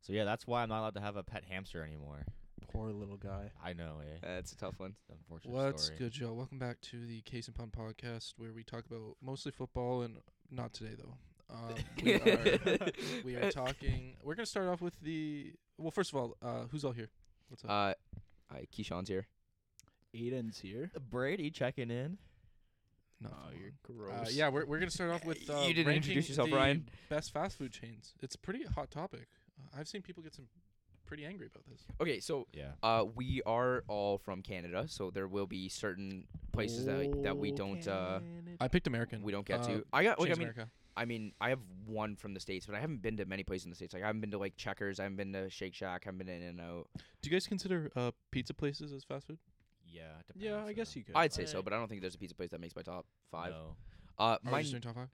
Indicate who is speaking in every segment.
Speaker 1: So yeah, that's why I'm not allowed to have a pet hamster anymore.
Speaker 2: Poor little guy.
Speaker 1: I know, eh?
Speaker 3: That's a tough one.
Speaker 1: It's an unfortunate
Speaker 4: What's
Speaker 1: story.
Speaker 4: good, y'all? Welcome back to the Case and Pun podcast, where we talk about mostly football and not today though. Um, we, are, we are talking. We're gonna start off with the. Well, first of all, uh, who's all here? What's up?
Speaker 3: Uh, I, Keyshawn's here.
Speaker 2: Aiden's here.
Speaker 1: Brady checking in.
Speaker 4: Not for long.
Speaker 3: Oh, gross.
Speaker 4: Uh, yeah, we're, we're gonna start off with.
Speaker 3: You
Speaker 4: Uh,
Speaker 3: didn't introduce
Speaker 4: ranking
Speaker 3: yourself,
Speaker 4: the
Speaker 3: Ryan.
Speaker 4: Best fast food chains. It's a pretty hot topic. Uh, I've seen people get some pretty angry about this.
Speaker 3: Okay, so
Speaker 1: Yeah.
Speaker 3: uh, we are all from Canada, so there will be certain places that that we don't uh
Speaker 4: I picked American.
Speaker 3: we don't get
Speaker 4: Uh,
Speaker 3: to. I got like I
Speaker 4: Chains
Speaker 3: mean
Speaker 4: America.
Speaker 3: I mean I have one from the states, but I haven't been to many places in the states. Like I haven't been to like Checkers, I haven't been to Shake Shack, I haven't been to In and Out.
Speaker 4: Do you guys consider uh, pizza places as fast food?
Speaker 1: Yeah. it
Speaker 2: Yeah,
Speaker 1: depends,
Speaker 2: I guess
Speaker 1: uh,
Speaker 2: you could.
Speaker 3: I'd say so,
Speaker 1: Alright.
Speaker 3: but I don't think there's a pizza place that makes my top five.
Speaker 1: no.
Speaker 3: Uh,
Speaker 4: Are we
Speaker 3: mine.
Speaker 4: just doing top five?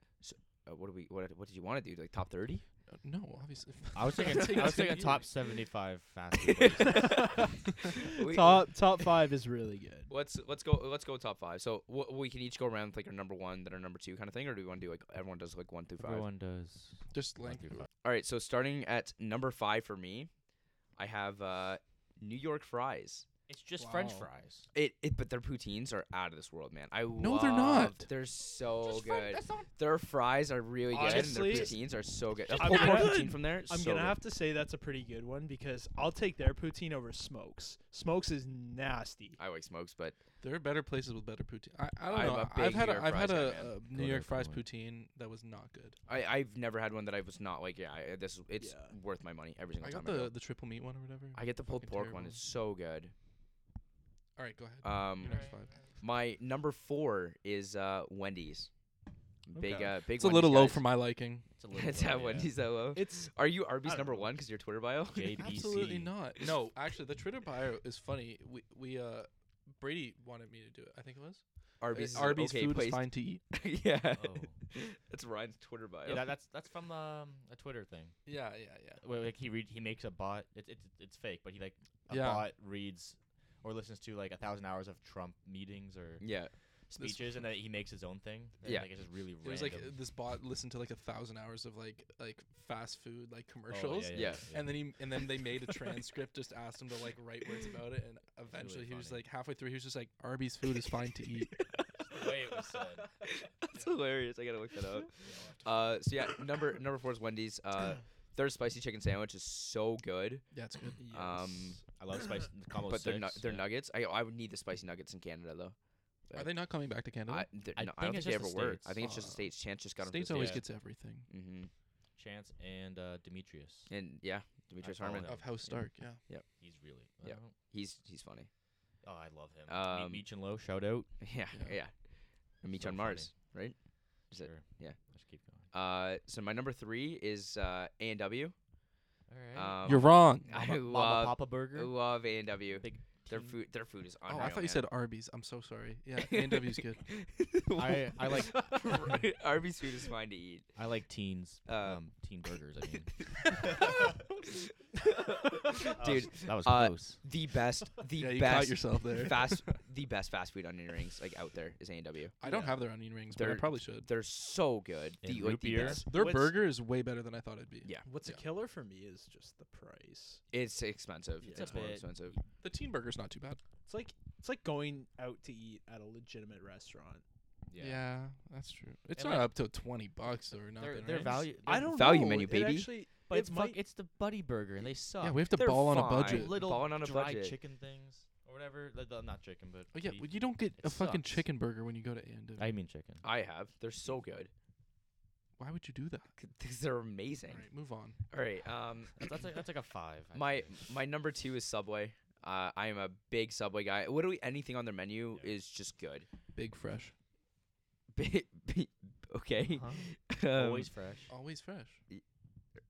Speaker 3: Uh, what do we? What, what did you want to do? Like top thirty?
Speaker 4: Uh, no, obviously.
Speaker 1: I was thinking.
Speaker 4: Take
Speaker 1: I was
Speaker 4: it
Speaker 1: thinking
Speaker 4: easy.
Speaker 1: top 75 fast food places.
Speaker 3: We-
Speaker 2: top top five is really good.
Speaker 3: Let's let's go let's go top five. So wh- we can each go around with like our number one, then our number two kind of thing, or do we want to do like everyone does like one through five?
Speaker 1: Everyone does.
Speaker 4: Just
Speaker 1: one
Speaker 4: length.
Speaker 1: through five.
Speaker 3: All right, so starting at number five for me, I have uh, New York fries.
Speaker 1: It's just French
Speaker 4: Wow.
Speaker 1: fries.
Speaker 3: It, it but their poutines are out of this world, man. I
Speaker 4: No, they're
Speaker 3: love-
Speaker 4: not.
Speaker 3: They're so
Speaker 1: Just French-
Speaker 3: good.
Speaker 1: that's not-
Speaker 3: their fries are really
Speaker 2: Honestly,
Speaker 3: good, and their poutines are so good.
Speaker 2: just
Speaker 3: A pulled
Speaker 2: I'm
Speaker 3: pork
Speaker 2: gonna-
Speaker 3: poutine from there.
Speaker 2: I'm
Speaker 3: so
Speaker 2: gonna
Speaker 3: good.
Speaker 2: have to say that's a pretty good one because I'll take their poutine over Smokes. Smokes is nasty.
Speaker 3: I like smokes, but
Speaker 4: There are better places with better poutine. I, I don't
Speaker 3: I'm
Speaker 4: know.
Speaker 3: a
Speaker 4: I've
Speaker 3: big
Speaker 4: had
Speaker 3: New
Speaker 4: a,
Speaker 3: York
Speaker 4: I've had
Speaker 3: fries
Speaker 4: a,
Speaker 3: guy,
Speaker 4: a
Speaker 1: Go
Speaker 4: New York
Speaker 1: there,
Speaker 4: fries
Speaker 1: come on.
Speaker 4: poutine that was not good.
Speaker 3: I I've never had one that I was not like. Yeah, I, this is it's
Speaker 2: Yeah.
Speaker 3: worth my money every single
Speaker 4: I
Speaker 3: time.
Speaker 4: got
Speaker 3: I,
Speaker 4: the,
Speaker 3: go.
Speaker 4: the triple meat one or whatever.
Speaker 3: I get the pulled
Speaker 4: fucking
Speaker 3: pork one.
Speaker 4: terrible.
Speaker 3: It's so good.
Speaker 4: All right, go ahead.
Speaker 3: Um,
Speaker 4: Your next five.
Speaker 3: My number four is uh Wendy's. Big
Speaker 1: Okay.
Speaker 3: uh big.
Speaker 4: It's a little
Speaker 3: Wendy's
Speaker 4: low
Speaker 3: guys.
Speaker 4: for my liking.
Speaker 1: It's a
Speaker 3: It's
Speaker 1: low,
Speaker 3: at
Speaker 1: yeah.
Speaker 3: Wendy's that low.
Speaker 2: It's
Speaker 3: Are you Arby's
Speaker 2: don't
Speaker 3: number
Speaker 2: know.
Speaker 3: one because your Twitter bio?
Speaker 1: JBC.
Speaker 4: Absolutely not. No, actually, the Twitter bio is funny. We we uh Brady wanted me to do it. I think it was Uh,
Speaker 3: Arby's, is an
Speaker 4: Arby's
Speaker 3: okay
Speaker 4: food
Speaker 3: place.
Speaker 4: is fine to eat.
Speaker 3: yeah,
Speaker 1: Oh.
Speaker 3: that's Ryan's Twitter bio.
Speaker 1: Yeah, that, that's that's from um, a Twitter thing.
Speaker 4: Yeah, yeah, yeah.
Speaker 1: Where, like he read, he makes a bot. It's it's it's fake, but he like a
Speaker 4: Yeah.
Speaker 1: bot reads or listens to like a thousand hours of Trump meetings or
Speaker 3: yeah,
Speaker 1: speeches, and then he makes his own thing. And,
Speaker 3: Yeah.
Speaker 1: like it's just really
Speaker 4: It
Speaker 1: random.
Speaker 4: was like uh, this bot listened to like a thousand hours of like like fast food like
Speaker 1: Oh, yeah,
Speaker 4: commercials.
Speaker 1: yeah,
Speaker 3: Yeah.
Speaker 1: yeah.
Speaker 4: And then he and then they made a transcript, just asked him to like write words about it, and eventually he was
Speaker 1: funny.
Speaker 4: like halfway through, he was just like, "Arby's food is fine to eat."
Speaker 1: the way it was said.
Speaker 3: that's hilarious. I gotta look that up. Uh, so yeah, number number four is Wendy's. Uh, their spicy chicken sandwich is so good.
Speaker 4: Yeah, it's good.
Speaker 3: Um,
Speaker 1: I love spice the combo
Speaker 3: but
Speaker 1: six.
Speaker 3: their nu- their
Speaker 1: yeah.
Speaker 3: nuggets. I I would need the spicy nuggets in Canada though.
Speaker 4: Are they not coming back to Canada?
Speaker 3: I, they're-
Speaker 1: I
Speaker 3: no, I don't
Speaker 1: think
Speaker 3: think
Speaker 1: it's
Speaker 3: they ever
Speaker 1: just the
Speaker 3: were. I
Speaker 1: States. Oh.
Speaker 3: think it's just the
Speaker 4: Uh,
Speaker 3: states. Chance just got them.
Speaker 4: States
Speaker 3: from the
Speaker 4: always
Speaker 3: states.
Speaker 4: gets everything.
Speaker 3: hmm
Speaker 1: Chance and uh, Demetrius.
Speaker 3: And yeah, Demetrius
Speaker 1: follow
Speaker 3: Harmon.
Speaker 1: Yeah.
Speaker 4: Of House Stark, yeah.
Speaker 1: He's really.
Speaker 3: Yeah.
Speaker 1: I don't-
Speaker 3: He's he's funny.
Speaker 1: Oh, I love him.
Speaker 3: Um,
Speaker 1: Um, Meach and Low, shout out.
Speaker 3: Yeah,
Speaker 4: Yeah.
Speaker 3: yeah. And Meet
Speaker 1: So
Speaker 3: on
Speaker 1: funny.
Speaker 3: Mars, right? Is it-
Speaker 1: Sure.
Speaker 3: yeah.
Speaker 1: Let's keep going.
Speaker 3: Uh, so my number three is uh A and W.
Speaker 1: All right.
Speaker 3: Um,
Speaker 4: You're wrong.
Speaker 3: I
Speaker 1: Mama, Mama
Speaker 3: love
Speaker 1: Papa Burger.
Speaker 3: love A and W.
Speaker 1: Big
Speaker 3: Their
Speaker 1: team.
Speaker 3: food, their food is
Speaker 4: Oh,
Speaker 3: unreal.
Speaker 4: I thought you said Arby's. I'm so sorry. Yeah, A&W's good.
Speaker 1: I- I like-
Speaker 3: like Arby's food is fine to eat.
Speaker 1: I like teens.
Speaker 3: Uh,
Speaker 1: um, teen burgers. I mean,
Speaker 3: Dude,
Speaker 1: that was
Speaker 3: uh,
Speaker 1: close.
Speaker 3: the best, the
Speaker 4: yeah, you caught
Speaker 3: best
Speaker 4: yourself there.
Speaker 3: fast, the best fast food onion rings like out there is A and W.
Speaker 4: I don't have their onion rings, but I
Speaker 3: They're-
Speaker 4: probably should.
Speaker 3: They're so good.
Speaker 1: And
Speaker 3: The, like,
Speaker 1: root
Speaker 3: the
Speaker 1: beer.
Speaker 3: best.
Speaker 4: Their
Speaker 2: What's-
Speaker 4: burger is way better than I thought it'd be.
Speaker 3: Yeah.
Speaker 2: what's
Speaker 4: Yeah.
Speaker 2: a killer for me is just the price.
Speaker 3: It's expensive.
Speaker 2: It's
Speaker 3: It's,
Speaker 2: a
Speaker 3: more
Speaker 1: bit-
Speaker 3: expensive.
Speaker 4: The teen burger's not too bad.
Speaker 2: It's like it's like going out to eat at a legitimate restaurant.
Speaker 4: that's true. It's
Speaker 1: And,
Speaker 4: not
Speaker 1: like,
Speaker 4: up to 20 bucks or nothing.
Speaker 1: Their, their
Speaker 4: right?
Speaker 1: value.
Speaker 2: I
Speaker 1: their-
Speaker 2: don't
Speaker 3: Value
Speaker 2: know.
Speaker 3: menu,
Speaker 2: It
Speaker 3: baby.
Speaker 2: actually-
Speaker 1: But
Speaker 2: it
Speaker 1: it's
Speaker 2: might-
Speaker 1: fuck, it's the buddy burger, and they suck.
Speaker 4: Yeah, we have to
Speaker 3: They're
Speaker 4: ball on a
Speaker 3: fine.
Speaker 4: budget.
Speaker 1: little
Speaker 3: Ballin' on a
Speaker 1: dried
Speaker 3: budget.
Speaker 1: chicken things or whatever. Like, uh, Not chicken, but
Speaker 4: Oh yeah,
Speaker 1: beef.
Speaker 4: well, you don't get
Speaker 1: It
Speaker 4: a fucking
Speaker 1: sucks.
Speaker 4: chicken burger when you go to A&W.
Speaker 1: I mean chicken.
Speaker 3: I have. They're so good.
Speaker 4: Why would you do that?
Speaker 3: 'Cause They're amazing.
Speaker 4: All right, move on.
Speaker 3: All right. Um,
Speaker 1: That's, that's like that's like a five. I'd
Speaker 3: my
Speaker 1: say.
Speaker 3: my number two is Subway. Uh, I am a big Subway guy. Literally anything on their menu
Speaker 1: Yeah.
Speaker 3: is just good.
Speaker 4: Big fresh.
Speaker 3: Bi- bi- okay. Um,
Speaker 1: Uh-huh. always fresh.
Speaker 4: Always fresh.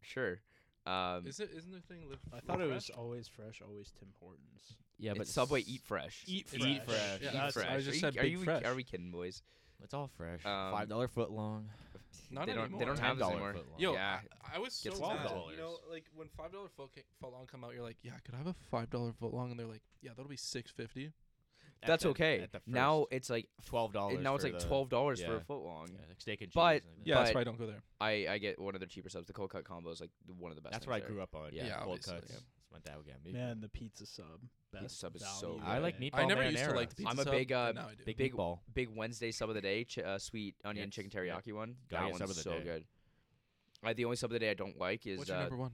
Speaker 3: Sure. Um,
Speaker 4: Is it isn't the thing live
Speaker 2: I thought it was always fresh, always Tim Hortons.
Speaker 1: Yeah,
Speaker 3: it's Subway eat fresh.
Speaker 2: Eat
Speaker 1: Eat fresh.
Speaker 2: fresh.
Speaker 1: fresh.
Speaker 4: Yeah,
Speaker 3: Eat
Speaker 4: that's-
Speaker 3: fresh.
Speaker 4: I just
Speaker 3: are you,
Speaker 4: said
Speaker 3: are
Speaker 4: big
Speaker 3: you-
Speaker 4: fresh.
Speaker 3: Are we kidding, boys?
Speaker 1: It's all fresh.
Speaker 3: Um,
Speaker 1: Five dollar foot long.
Speaker 4: Not
Speaker 3: they don't. They
Speaker 4: anymore.
Speaker 3: don't have this
Speaker 1: $10
Speaker 3: anymore.
Speaker 1: footlong.
Speaker 4: Yo,
Speaker 3: yeah.
Speaker 4: I, I was so
Speaker 1: Get
Speaker 4: mad.
Speaker 1: $12.
Speaker 4: You know, like when five dollar foot long come out, you're like, yeah, could I have a five dollar foot long? And they're like, yeah, that'll be six fifty.
Speaker 1: at
Speaker 3: That's
Speaker 1: the-
Speaker 3: okay.
Speaker 1: at the
Speaker 3: Now
Speaker 1: first.
Speaker 3: it's like
Speaker 1: twelve dollars.
Speaker 3: now it's like twelve dollars for
Speaker 1: yeah.
Speaker 3: a foot long.
Speaker 1: Yeah, like steak and cheese.
Speaker 3: But-
Speaker 1: or something like that.
Speaker 4: Yeah, that's
Speaker 3: But-
Speaker 4: why I don't go there.
Speaker 3: I, I get one of their cheaper subs. The cold cut combo is like one of the best.
Speaker 1: that's
Speaker 3: things
Speaker 1: what I
Speaker 3: there.
Speaker 1: grew up on.
Speaker 3: Yeah,
Speaker 1: Yeah, cold
Speaker 4: obviously,
Speaker 1: cuts.
Speaker 4: yeah.
Speaker 1: That's what my dad would get me.
Speaker 2: Man, the pizza sub. Best
Speaker 3: sub is so
Speaker 2: value.
Speaker 1: I like
Speaker 2: Yeah.
Speaker 1: meatball
Speaker 4: I never used to
Speaker 1: marinara.
Speaker 4: like the pizza
Speaker 3: I'm a
Speaker 4: sub,
Speaker 3: big, uh,
Speaker 4: but now I do.
Speaker 1: big,
Speaker 3: big-
Speaker 1: meatball.
Speaker 3: Big Wednesday sub of the day, ch- uh, sweet onion
Speaker 1: Yes,
Speaker 3: chicken
Speaker 1: yeah.
Speaker 3: teriyaki one.
Speaker 1: Gotta
Speaker 3: that
Speaker 1: get
Speaker 3: one's
Speaker 1: sub of the
Speaker 3: so
Speaker 1: day.
Speaker 3: good. I, the only sub of the day I don't like is
Speaker 4: What's
Speaker 3: uh,
Speaker 4: your number one?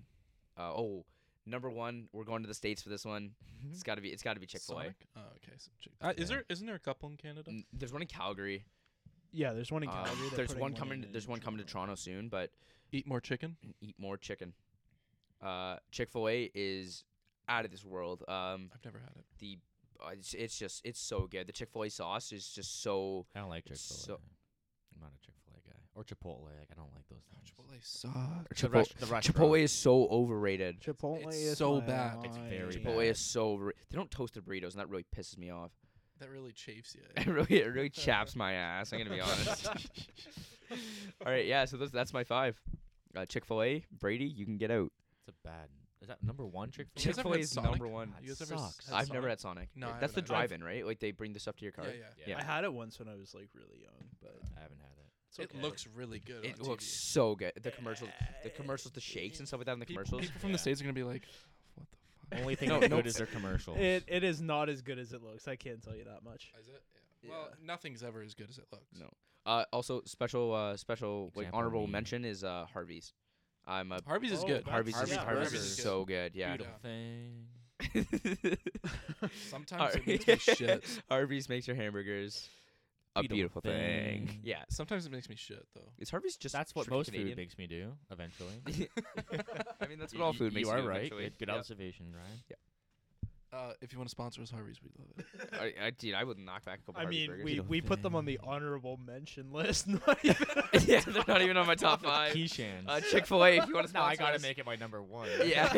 Speaker 3: uh, oh number one. We're going to the states for this one. It's
Speaker 2: Mm-hmm.
Speaker 3: gotta be it's gotta be Chick Fil A.
Speaker 4: Sonic? Oh, okay. So Chick- uh, is
Speaker 1: Yeah.
Speaker 4: there isn't there a couple in Canada?
Speaker 3: There's one in Calgary.
Speaker 2: Yeah, there's one in
Speaker 3: Uh,
Speaker 2: Calgary. they're
Speaker 3: there's
Speaker 2: putting
Speaker 3: one coming.
Speaker 2: in
Speaker 3: there's one coming to Toronto soon, but
Speaker 4: Eat more chicken.
Speaker 3: eat more chicken. Uh, Chick Fil A is out of this world. Um,
Speaker 4: I've never had it.
Speaker 3: the uh, it's, it's just it's so good. The Chick Fil A sauce is just so
Speaker 1: I don't like Chick
Speaker 3: It's
Speaker 1: Fil A.
Speaker 3: so-
Speaker 1: I'm not a Chick Fil A guy or Chipotle. Like, I don't like those things.
Speaker 4: Chipotle sucks.
Speaker 1: The,
Speaker 3: Chipotle-
Speaker 1: rest, the restaurant.
Speaker 3: Chipotle is so overrated.
Speaker 2: Chipotle
Speaker 4: It's
Speaker 2: is
Speaker 4: so
Speaker 2: my
Speaker 4: bad.
Speaker 1: It's
Speaker 2: line.
Speaker 1: very
Speaker 3: Chipotle is so overra- they don't toast their burritos, and that really pisses me off.
Speaker 4: That really chafes you. eh?
Speaker 3: It really it really chaps my ass. I'm gonna be honest. All right, yeah. So that's that's my five. Uh, Chick Fil A, Brady, you can get out.
Speaker 1: It's a bad. Is that number one Chick Fil
Speaker 4: guys
Speaker 3: Chick
Speaker 1: A?
Speaker 4: ever
Speaker 3: Fil A
Speaker 4: had
Speaker 3: is
Speaker 4: Sonic?
Speaker 3: number one.
Speaker 1: God,
Speaker 4: You guys
Speaker 1: it
Speaker 4: ever s- uh,
Speaker 1: sucks.
Speaker 4: had
Speaker 3: I've never
Speaker 4: Sonic?
Speaker 3: had Sonic.
Speaker 4: No, I
Speaker 3: that's
Speaker 4: haven't either.
Speaker 3: the
Speaker 4: I've-
Speaker 3: drive-in, right? Like they bring the stuff to your car.
Speaker 4: Yeah, yeah.
Speaker 1: Yeah.
Speaker 2: I had it once when I was like really young, but
Speaker 1: I haven't had it.
Speaker 2: it's okay.
Speaker 4: It looks really good.
Speaker 3: It
Speaker 4: on
Speaker 3: looks
Speaker 4: TV.
Speaker 3: so good. The commercials, the commercials, the shakes and stuff like that in the
Speaker 4: People,
Speaker 3: commercials.
Speaker 4: people from
Speaker 1: Yeah.
Speaker 4: the states are gonna be like, "What the fuck?"
Speaker 1: Only thing
Speaker 3: No,
Speaker 1: that's
Speaker 3: no.
Speaker 1: good is their commercials.
Speaker 2: It it is not as good as it looks. I can't tell you that much.
Speaker 4: Is it?
Speaker 3: Yeah.
Speaker 4: Well, nothing's ever as good as it looks.
Speaker 3: No. Uh, also special, uh, special like
Speaker 1: Example
Speaker 3: honorable
Speaker 1: me.
Speaker 3: mention is uh Harvey's. I'm a
Speaker 4: Harvey's is
Speaker 2: Oh,
Speaker 4: good.
Speaker 2: that's-
Speaker 3: Harvey's.
Speaker 1: Harvey's
Speaker 3: is,
Speaker 1: is
Speaker 3: Harvey's
Speaker 1: good.
Speaker 3: is so good. Yeah.
Speaker 4: Beautiful.
Speaker 1: thing.
Speaker 4: Sometimes it makes me shit.
Speaker 3: Harvey's makes your hamburgers a
Speaker 1: Beautiful
Speaker 3: beautiful, thing.
Speaker 1: thing.
Speaker 3: Yeah.
Speaker 4: Sometimes it makes me shit though.
Speaker 3: Is Harvey's just
Speaker 1: That's what
Speaker 3: strictly
Speaker 1: most
Speaker 3: Canadian?
Speaker 1: food makes me do eventually.
Speaker 3: I mean, that's what all
Speaker 1: You-
Speaker 3: food
Speaker 1: you
Speaker 3: makes
Speaker 1: are
Speaker 3: do
Speaker 1: right.
Speaker 3: eventually.
Speaker 1: Good, good
Speaker 3: Yep.
Speaker 1: observation, Ryan.
Speaker 4: Uh, if you want to sponsor us, Harvey's, we love it.
Speaker 3: I, I, dude, I would knock back a couple
Speaker 2: I
Speaker 3: Harvey's
Speaker 2: mean,
Speaker 3: burgers.
Speaker 2: we,
Speaker 1: Beautiful
Speaker 2: we put them on the honorable mention list. Not even
Speaker 3: yeah, they're not even on my top five.
Speaker 1: Keyshan's.
Speaker 3: Uh, Chick Fil A, if you want to
Speaker 1: no,
Speaker 3: sponsor
Speaker 1: I gotta
Speaker 3: us.
Speaker 1: make it my number one.
Speaker 3: Yeah.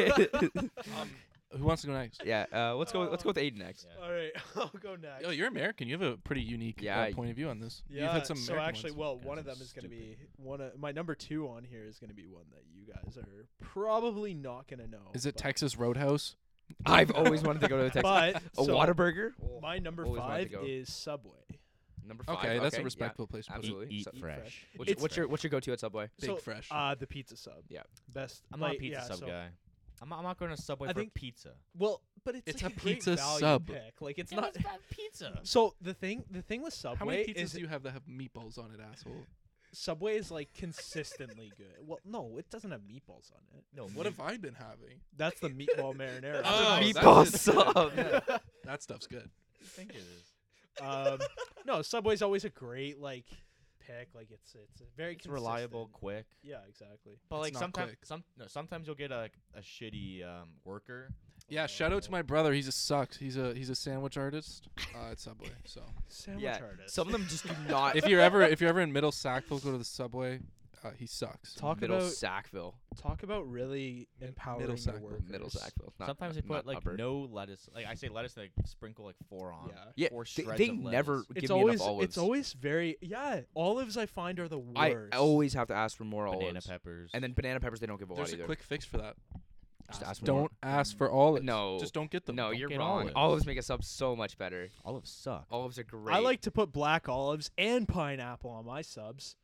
Speaker 4: Who wants to go next?
Speaker 3: yeah. Uh, let's go. Let's go with Aiden next.
Speaker 1: Yeah.
Speaker 2: All right, I'll go next.
Speaker 4: Oh, you're American. You have a pretty unique
Speaker 3: Yeah,
Speaker 4: uh,
Speaker 3: I-
Speaker 4: point of view on this.
Speaker 2: yeah,
Speaker 4: You've had some
Speaker 2: so
Speaker 4: American
Speaker 2: actually,
Speaker 4: ones.
Speaker 2: well,
Speaker 1: Guys
Speaker 2: one
Speaker 1: are
Speaker 2: of them is going to be
Speaker 1: stupid.
Speaker 2: one of my number two on here is going to be one that you guys are probably not going to know.
Speaker 4: Is it
Speaker 2: but-
Speaker 4: Texas Roadhouse?
Speaker 3: I've always wanted to go to the Texas.
Speaker 2: But
Speaker 3: a
Speaker 2: so
Speaker 3: Waterburger.
Speaker 2: My number
Speaker 3: Always wanted to
Speaker 2: five
Speaker 3: go.
Speaker 2: is Subway.
Speaker 3: Number
Speaker 4: Okay,
Speaker 3: five.
Speaker 4: that's a
Speaker 3: yeah.
Speaker 4: respectable place. to put it.
Speaker 3: absolutely.
Speaker 1: Eat,
Speaker 3: So-
Speaker 1: eat fresh.
Speaker 3: What's, your-
Speaker 2: It's-
Speaker 3: what's your what's your go-to at Subway?
Speaker 4: Big
Speaker 2: so,
Speaker 4: fresh.
Speaker 2: Uh, the pizza sub.
Speaker 3: Yeah.
Speaker 2: Best.
Speaker 1: I'm not a
Speaker 2: like,
Speaker 1: pizza
Speaker 2: yeah,
Speaker 1: sub
Speaker 2: so-
Speaker 1: guy. I'm not, I'm not going to Subway
Speaker 2: I
Speaker 1: for
Speaker 2: think-
Speaker 1: pizza.
Speaker 2: Well, but it's,
Speaker 4: It's
Speaker 2: like
Speaker 4: a
Speaker 2: great
Speaker 4: pizza
Speaker 2: value
Speaker 4: sub.
Speaker 2: pick. Like it's not.
Speaker 1: pizza.
Speaker 2: So the thing, the thing with Subway
Speaker 4: How many
Speaker 2: is
Speaker 4: pizzas do you have that have meatballs on it, asshole?
Speaker 2: Subway is like consistently good. Well, no, it doesn't have meatballs on it.
Speaker 1: No,
Speaker 3: Mm.
Speaker 4: What have I been having?
Speaker 2: That's the meatball marinara.
Speaker 4: Oh,
Speaker 3: Meatball
Speaker 4: that's-
Speaker 3: sub.
Speaker 4: That stuff's good.
Speaker 1: you think it is?
Speaker 2: um, no, Subway's always a great like pick. Like it's it's a very
Speaker 1: It's reliable,
Speaker 2: consistent-
Speaker 1: quick.
Speaker 2: Yeah, exactly.
Speaker 1: But
Speaker 4: It's
Speaker 1: like
Speaker 4: not
Speaker 1: sometimes,
Speaker 4: quick.
Speaker 1: some no, sometimes you'll get a a shitty um, worker.
Speaker 4: Yeah, shout out to my brother. He's a sucks. He's a he's a sandwich artist uh, at Subway. So
Speaker 2: Sandwich
Speaker 3: Yeah,
Speaker 2: artist.
Speaker 3: Some of them just do not.
Speaker 4: if you're ever if you're ever in Middle Sackville, go to the Subway. Uh, he sucks.
Speaker 2: talk
Speaker 3: middle
Speaker 2: about
Speaker 3: Sackville.
Speaker 2: talk about really
Speaker 4: Mid-
Speaker 2: empowering
Speaker 4: middle
Speaker 2: your
Speaker 4: sack,
Speaker 2: workers.
Speaker 3: Middle Sackville. Not,
Speaker 1: sometimes they
Speaker 3: not
Speaker 1: put like
Speaker 3: upper.
Speaker 1: no lettuce. Like I say, lettuce, they sprinkle like four on.
Speaker 2: Yeah.
Speaker 3: Yeah,
Speaker 1: four
Speaker 3: they,
Speaker 1: shreds
Speaker 3: they
Speaker 1: of
Speaker 3: never
Speaker 1: lettuce.
Speaker 3: give
Speaker 2: It's
Speaker 3: me
Speaker 2: always
Speaker 3: enough olives.
Speaker 2: it's always very yeah. Olives I find are the
Speaker 3: I
Speaker 2: worst.
Speaker 3: always have to ask for more
Speaker 1: banana
Speaker 3: olives.
Speaker 1: peppers,
Speaker 3: And then banana peppers, they don't give a lot
Speaker 4: There's a
Speaker 3: either.
Speaker 4: quick fix for that.
Speaker 3: Just
Speaker 2: Ask
Speaker 3: ask for more.
Speaker 4: Don't ask for olives.
Speaker 3: No.
Speaker 4: just don't get them.
Speaker 3: No,
Speaker 4: Don't
Speaker 3: you're
Speaker 1: get
Speaker 3: wrong.
Speaker 1: olives.
Speaker 3: Olives make a sub so much better.
Speaker 1: olives suck.
Speaker 3: Olives are great.
Speaker 2: I like to put black olives and pineapple on my subs.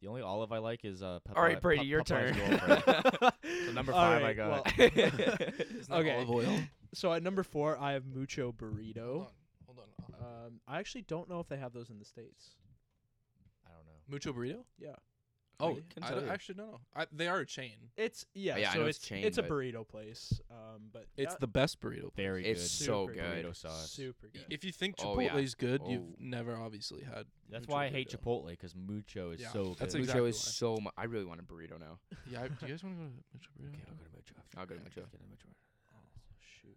Speaker 1: The only olive I like is uh. Pepe-
Speaker 3: All right, Brady,
Speaker 1: Pe-
Speaker 3: your
Speaker 1: Popeye's
Speaker 3: turn.
Speaker 1: girlfriend.
Speaker 2: so
Speaker 1: number
Speaker 2: All
Speaker 1: five I
Speaker 2: right,
Speaker 1: got.
Speaker 2: well,
Speaker 4: Isn't that
Speaker 2: Okay.
Speaker 4: olive oil.
Speaker 2: so at number four, I have mucho burrito.
Speaker 4: Hold on, hold on. Uh,
Speaker 3: Uh,
Speaker 2: Um, I actually don't know if they have those in the states.
Speaker 1: I don't know.
Speaker 4: Mucho burrito.
Speaker 2: Yeah.
Speaker 4: Oh,
Speaker 3: Really? Couldn't
Speaker 4: I
Speaker 3: tell
Speaker 4: don't-
Speaker 3: you.
Speaker 4: actually don't know. I, they are a chain.
Speaker 2: It's yeah.
Speaker 3: yeah, I
Speaker 2: so
Speaker 3: know
Speaker 2: it's
Speaker 3: it's chain,
Speaker 2: it's a
Speaker 3: but-
Speaker 2: burrito place. Um, but
Speaker 4: It's
Speaker 2: yeah,
Speaker 4: the best burrito.
Speaker 1: Very
Speaker 3: It's
Speaker 1: good.
Speaker 3: so
Speaker 2: Super
Speaker 3: good.
Speaker 1: Burrito sauce.
Speaker 2: super
Speaker 4: Y-
Speaker 2: good.
Speaker 4: If you think
Speaker 3: Oh, yeah.
Speaker 4: Chipotle's good,
Speaker 3: Oh.
Speaker 4: you've never obviously had.
Speaker 1: That's
Speaker 4: mucho
Speaker 1: why I hate
Speaker 4: burrito.
Speaker 1: Chipotle because mucho is
Speaker 4: Yeah,
Speaker 1: so good.
Speaker 4: that's
Speaker 3: Mucho
Speaker 4: exactly
Speaker 3: is
Speaker 4: why.
Speaker 3: so much. I really want a burrito now.
Speaker 4: Yeah, I, do you guys want to go to Mucho Burrito?
Speaker 1: Okay, I'll go to mucho. after.
Speaker 3: I'll
Speaker 1: Yeah, I'll
Speaker 3: go to Mucho.
Speaker 1: get a mucho.
Speaker 2: Oh, shoot.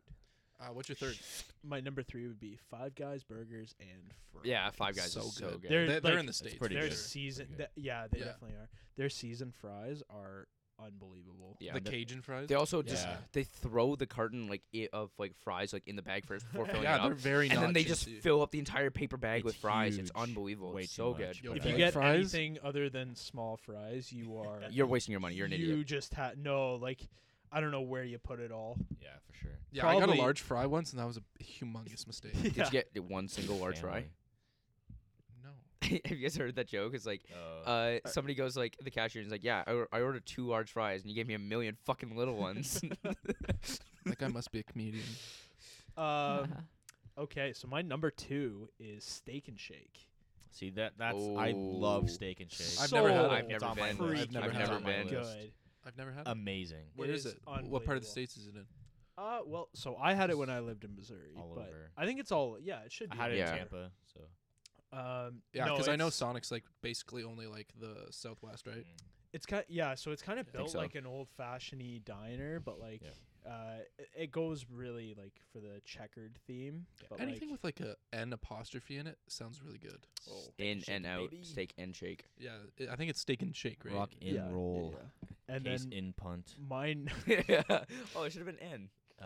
Speaker 4: Uh, what's your third?
Speaker 2: My number three would be Five Guys burgers and fries.
Speaker 3: Yeah, Five Guys
Speaker 4: So
Speaker 3: is so
Speaker 4: good.
Speaker 3: good.
Speaker 2: They're
Speaker 4: They're, they're
Speaker 2: like-
Speaker 4: in the
Speaker 1: It's
Speaker 4: states.
Speaker 1: pretty
Speaker 4: for
Speaker 2: their
Speaker 1: good.
Speaker 4: sure.
Speaker 2: season.
Speaker 1: Pretty
Speaker 2: th- yeah, they
Speaker 4: Yeah.
Speaker 2: definitely are. Their season fries are unbelievable.
Speaker 3: yeah,
Speaker 4: the
Speaker 3: they're-
Speaker 4: Cajun fries.
Speaker 3: They also just
Speaker 1: Yeah.
Speaker 3: they throw the carton like i of like fries like in the bag first before filling
Speaker 4: yeah,
Speaker 3: it
Speaker 4: they're
Speaker 3: up,
Speaker 4: very.
Speaker 3: and then they
Speaker 4: nacho
Speaker 3: just
Speaker 4: too.
Speaker 3: fill up the entire paper bag
Speaker 1: It's
Speaker 3: with fries. It's
Speaker 1: huge.
Speaker 3: unbelievable.
Speaker 1: Way
Speaker 3: it's
Speaker 1: too
Speaker 3: so
Speaker 1: much,
Speaker 3: good.
Speaker 1: Yo,
Speaker 4: But
Speaker 2: If
Speaker 4: I
Speaker 2: you
Speaker 4: like
Speaker 2: get
Speaker 4: fries.
Speaker 2: anything other than small fries, you are
Speaker 3: You're wasting your money. You're an
Speaker 2: you
Speaker 3: idiot.
Speaker 2: just had no like. I don't know where you put it all.
Speaker 1: Yeah, for sure.
Speaker 4: Yeah, I got
Speaker 2: Probably-
Speaker 4: a large fry once, and that was a humongous mistake.
Speaker 3: Did you get one single large fry?
Speaker 4: no.
Speaker 3: Have you guys heard that joke? It's like
Speaker 1: Uh,
Speaker 3: uh, somebody goes like the cashier and is like, "Yeah, I, or- I ordered two large fries, and you gave me a million fucking little ones."
Speaker 4: That guy must be a comedian.
Speaker 2: Um, okay, so my number two is Steak and Shake.
Speaker 1: see that that's I love
Speaker 3: Oh.
Speaker 1: steak and shake.
Speaker 4: I've never had
Speaker 2: So
Speaker 4: it.
Speaker 3: I've
Speaker 1: It's
Speaker 3: never
Speaker 1: on my
Speaker 3: been.
Speaker 1: list.
Speaker 4: I've never
Speaker 1: It's
Speaker 4: had
Speaker 1: on
Speaker 3: it.
Speaker 1: my
Speaker 3: Never
Speaker 1: list.
Speaker 2: Good.
Speaker 4: I've never had. it.
Speaker 1: Amazing.
Speaker 4: Um, Where
Speaker 2: it
Speaker 4: is
Speaker 2: is
Speaker 4: it? What part of the
Speaker 2: unbelievable.
Speaker 4: states is it in?
Speaker 2: Uh, well, so I had it when I lived in Missouri.
Speaker 1: All
Speaker 2: but
Speaker 1: over.
Speaker 2: I think it's all. Yeah, it should
Speaker 1: I
Speaker 2: be.
Speaker 1: had it
Speaker 3: Yeah.
Speaker 1: in Tampa, so
Speaker 2: Um,
Speaker 4: Yeah,
Speaker 2: no,
Speaker 4: because I know
Speaker 2: it's-
Speaker 4: Sonic's like basically only like the Southwest, right?
Speaker 1: Mm.
Speaker 2: It's kind yeah, so it's kind of built
Speaker 3: so.
Speaker 2: like an old fashioned diner, but like uh, it, it goes really like for the checkered theme. But
Speaker 4: Anything
Speaker 2: like,
Speaker 4: with like a N apostrophe in it sounds really good.
Speaker 1: Oh.
Speaker 2: oh,
Speaker 3: in and out, steak and shake.
Speaker 4: Yeah, i I think it's steak and shake, right?
Speaker 1: rock in
Speaker 2: Yeah,
Speaker 1: roll,
Speaker 2: yeah. and
Speaker 1: case
Speaker 2: then
Speaker 1: in punt.
Speaker 2: mine
Speaker 3: oh, it should have been N.
Speaker 1: Uh,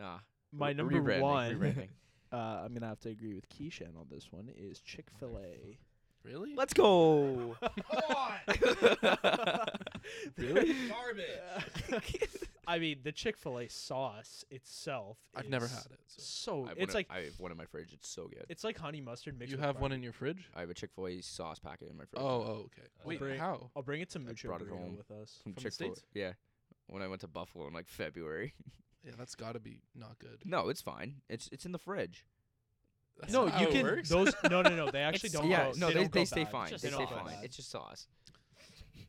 Speaker 3: Ah,
Speaker 2: my
Speaker 3: re-
Speaker 2: number
Speaker 3: rebranding,
Speaker 2: one.
Speaker 3: rebranding.
Speaker 2: Uh, I'm gonna have to agree with Keishan on this one. Is Chick Fil A?
Speaker 4: Really?
Speaker 3: Let's go.
Speaker 2: Really?
Speaker 4: Garbage.
Speaker 2: I mean, the Chick Fil A sauce itself.
Speaker 4: I've never
Speaker 2: is
Speaker 4: had it. so.
Speaker 2: So
Speaker 3: I have one
Speaker 2: it's
Speaker 3: in-
Speaker 2: like
Speaker 3: I have one in my fridge. It's so good.
Speaker 2: it's like honey mustard mixed.
Speaker 4: You
Speaker 2: with
Speaker 4: have one
Speaker 2: barbecue.
Speaker 4: in your fridge?
Speaker 3: I have a Chick Fil A sauce packet in my fridge.
Speaker 4: Oh, oh, okay. Wait,
Speaker 2: Bra-
Speaker 4: how?
Speaker 2: I'll bring it to Mucho
Speaker 3: brought it
Speaker 2: Burrito
Speaker 3: home.
Speaker 2: with us.
Speaker 4: from
Speaker 3: from
Speaker 4: the
Speaker 3: Chick Fil A.
Speaker 4: States?
Speaker 3: Yeah, when I went to Buffalo in like February.
Speaker 4: Yeah, that's got to be not good.
Speaker 3: no, it's fine. It's it's in the fridge.
Speaker 4: That's
Speaker 2: No,
Speaker 4: not how
Speaker 2: you
Speaker 4: it
Speaker 2: can.
Speaker 4: works.
Speaker 2: Those no, no, no. They actually
Speaker 3: It's-
Speaker 2: don't.
Speaker 3: Yeah,
Speaker 2: go,
Speaker 3: no,
Speaker 2: they,
Speaker 3: they,
Speaker 2: don't go
Speaker 3: stay
Speaker 2: bad.
Speaker 3: fine.
Speaker 2: Just
Speaker 3: They
Speaker 2: don't
Speaker 3: stay
Speaker 2: go
Speaker 3: fine.
Speaker 2: bad.
Speaker 3: It's just sauce.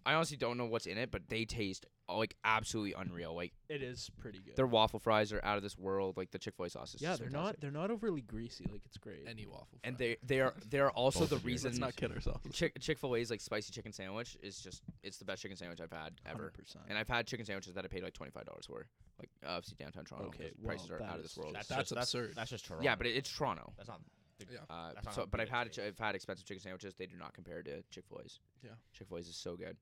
Speaker 3: I honestly don't know what's in it, but they taste uh, like absolutely unreal. Like
Speaker 2: It is pretty good.
Speaker 3: their waffle fries are out of this world. Like the Chick Fil A sauce is
Speaker 2: yeah,
Speaker 3: just
Speaker 2: they're not.
Speaker 3: fantastic.
Speaker 2: They're not overly greasy. Like it's great.
Speaker 4: any waffle.
Speaker 3: And
Speaker 4: fry.
Speaker 3: they they are they are also
Speaker 1: Both
Speaker 3: the
Speaker 1: of yours.
Speaker 3: reason
Speaker 4: Let's not kid ourselves.
Speaker 3: Chick Chick Fil A's like spicy chicken sandwich is just it's the best chicken sandwich I've had ever.
Speaker 2: 100%.
Speaker 3: And I've had chicken sandwiches that I paid like twenty five dollars for, like obviously downtown Toronto.
Speaker 2: Okay,
Speaker 3: 'cause prices
Speaker 2: well,
Speaker 3: are
Speaker 2: that
Speaker 3: out of
Speaker 2: is
Speaker 3: this world.
Speaker 4: just- That's
Speaker 1: just,
Speaker 4: absurd.
Speaker 1: That's, just Toronto.
Speaker 3: yeah, but it, it's Toronto.
Speaker 1: that's not. the-
Speaker 4: Yeah.
Speaker 3: Uh,
Speaker 1: That's not
Speaker 3: so,
Speaker 1: how
Speaker 3: but
Speaker 1: good
Speaker 3: I've
Speaker 1: it
Speaker 3: had
Speaker 1: tastes.
Speaker 3: I've had expensive chicken sandwiches. They do not compare to Chick Fil A's.
Speaker 4: Yeah.
Speaker 3: Chick Fil A's is so good.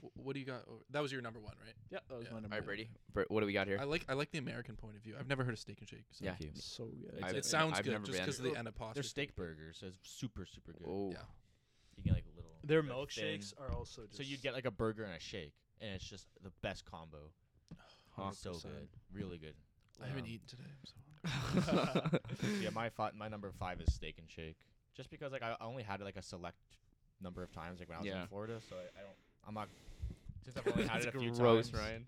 Speaker 4: Wh- What do you got? over- That was your number one, right?
Speaker 2: yeah, that was
Speaker 4: Yeah.
Speaker 2: my number.
Speaker 3: All right,
Speaker 2: one.
Speaker 3: Brady. Br- What do we got here?
Speaker 4: I like I like the American point of view. I've never heard of steak and shake. So
Speaker 3: Yeah.
Speaker 1: Thank you.
Speaker 2: So good.
Speaker 3: I've-
Speaker 4: It sounds
Speaker 3: I've
Speaker 4: good
Speaker 3: never
Speaker 4: just
Speaker 3: been.
Speaker 4: because of the end
Speaker 1: Their
Speaker 4: apostrophe.
Speaker 1: steak burgers is super super good.
Speaker 3: oh,
Speaker 4: Yeah.
Speaker 1: You get like a little.
Speaker 2: Their
Speaker 1: they're thin.
Speaker 2: milkshakes are also. Just
Speaker 1: So you get like a burger and a shake, and it's just the best combo.
Speaker 3: Huh.
Speaker 1: It's so
Speaker 4: 100%.
Speaker 1: good, really good.
Speaker 4: I haven't
Speaker 1: Um,
Speaker 4: eaten today. So.
Speaker 1: Yeah, my fi- my number five is steak and shake, just because like I I only had it like a select number of times like when I was
Speaker 3: Yeah.
Speaker 1: in Florida, so I, I don't. I'm not. Since I've only had
Speaker 3: That's
Speaker 1: it a few
Speaker 3: gross,
Speaker 1: times,
Speaker 3: Ryan.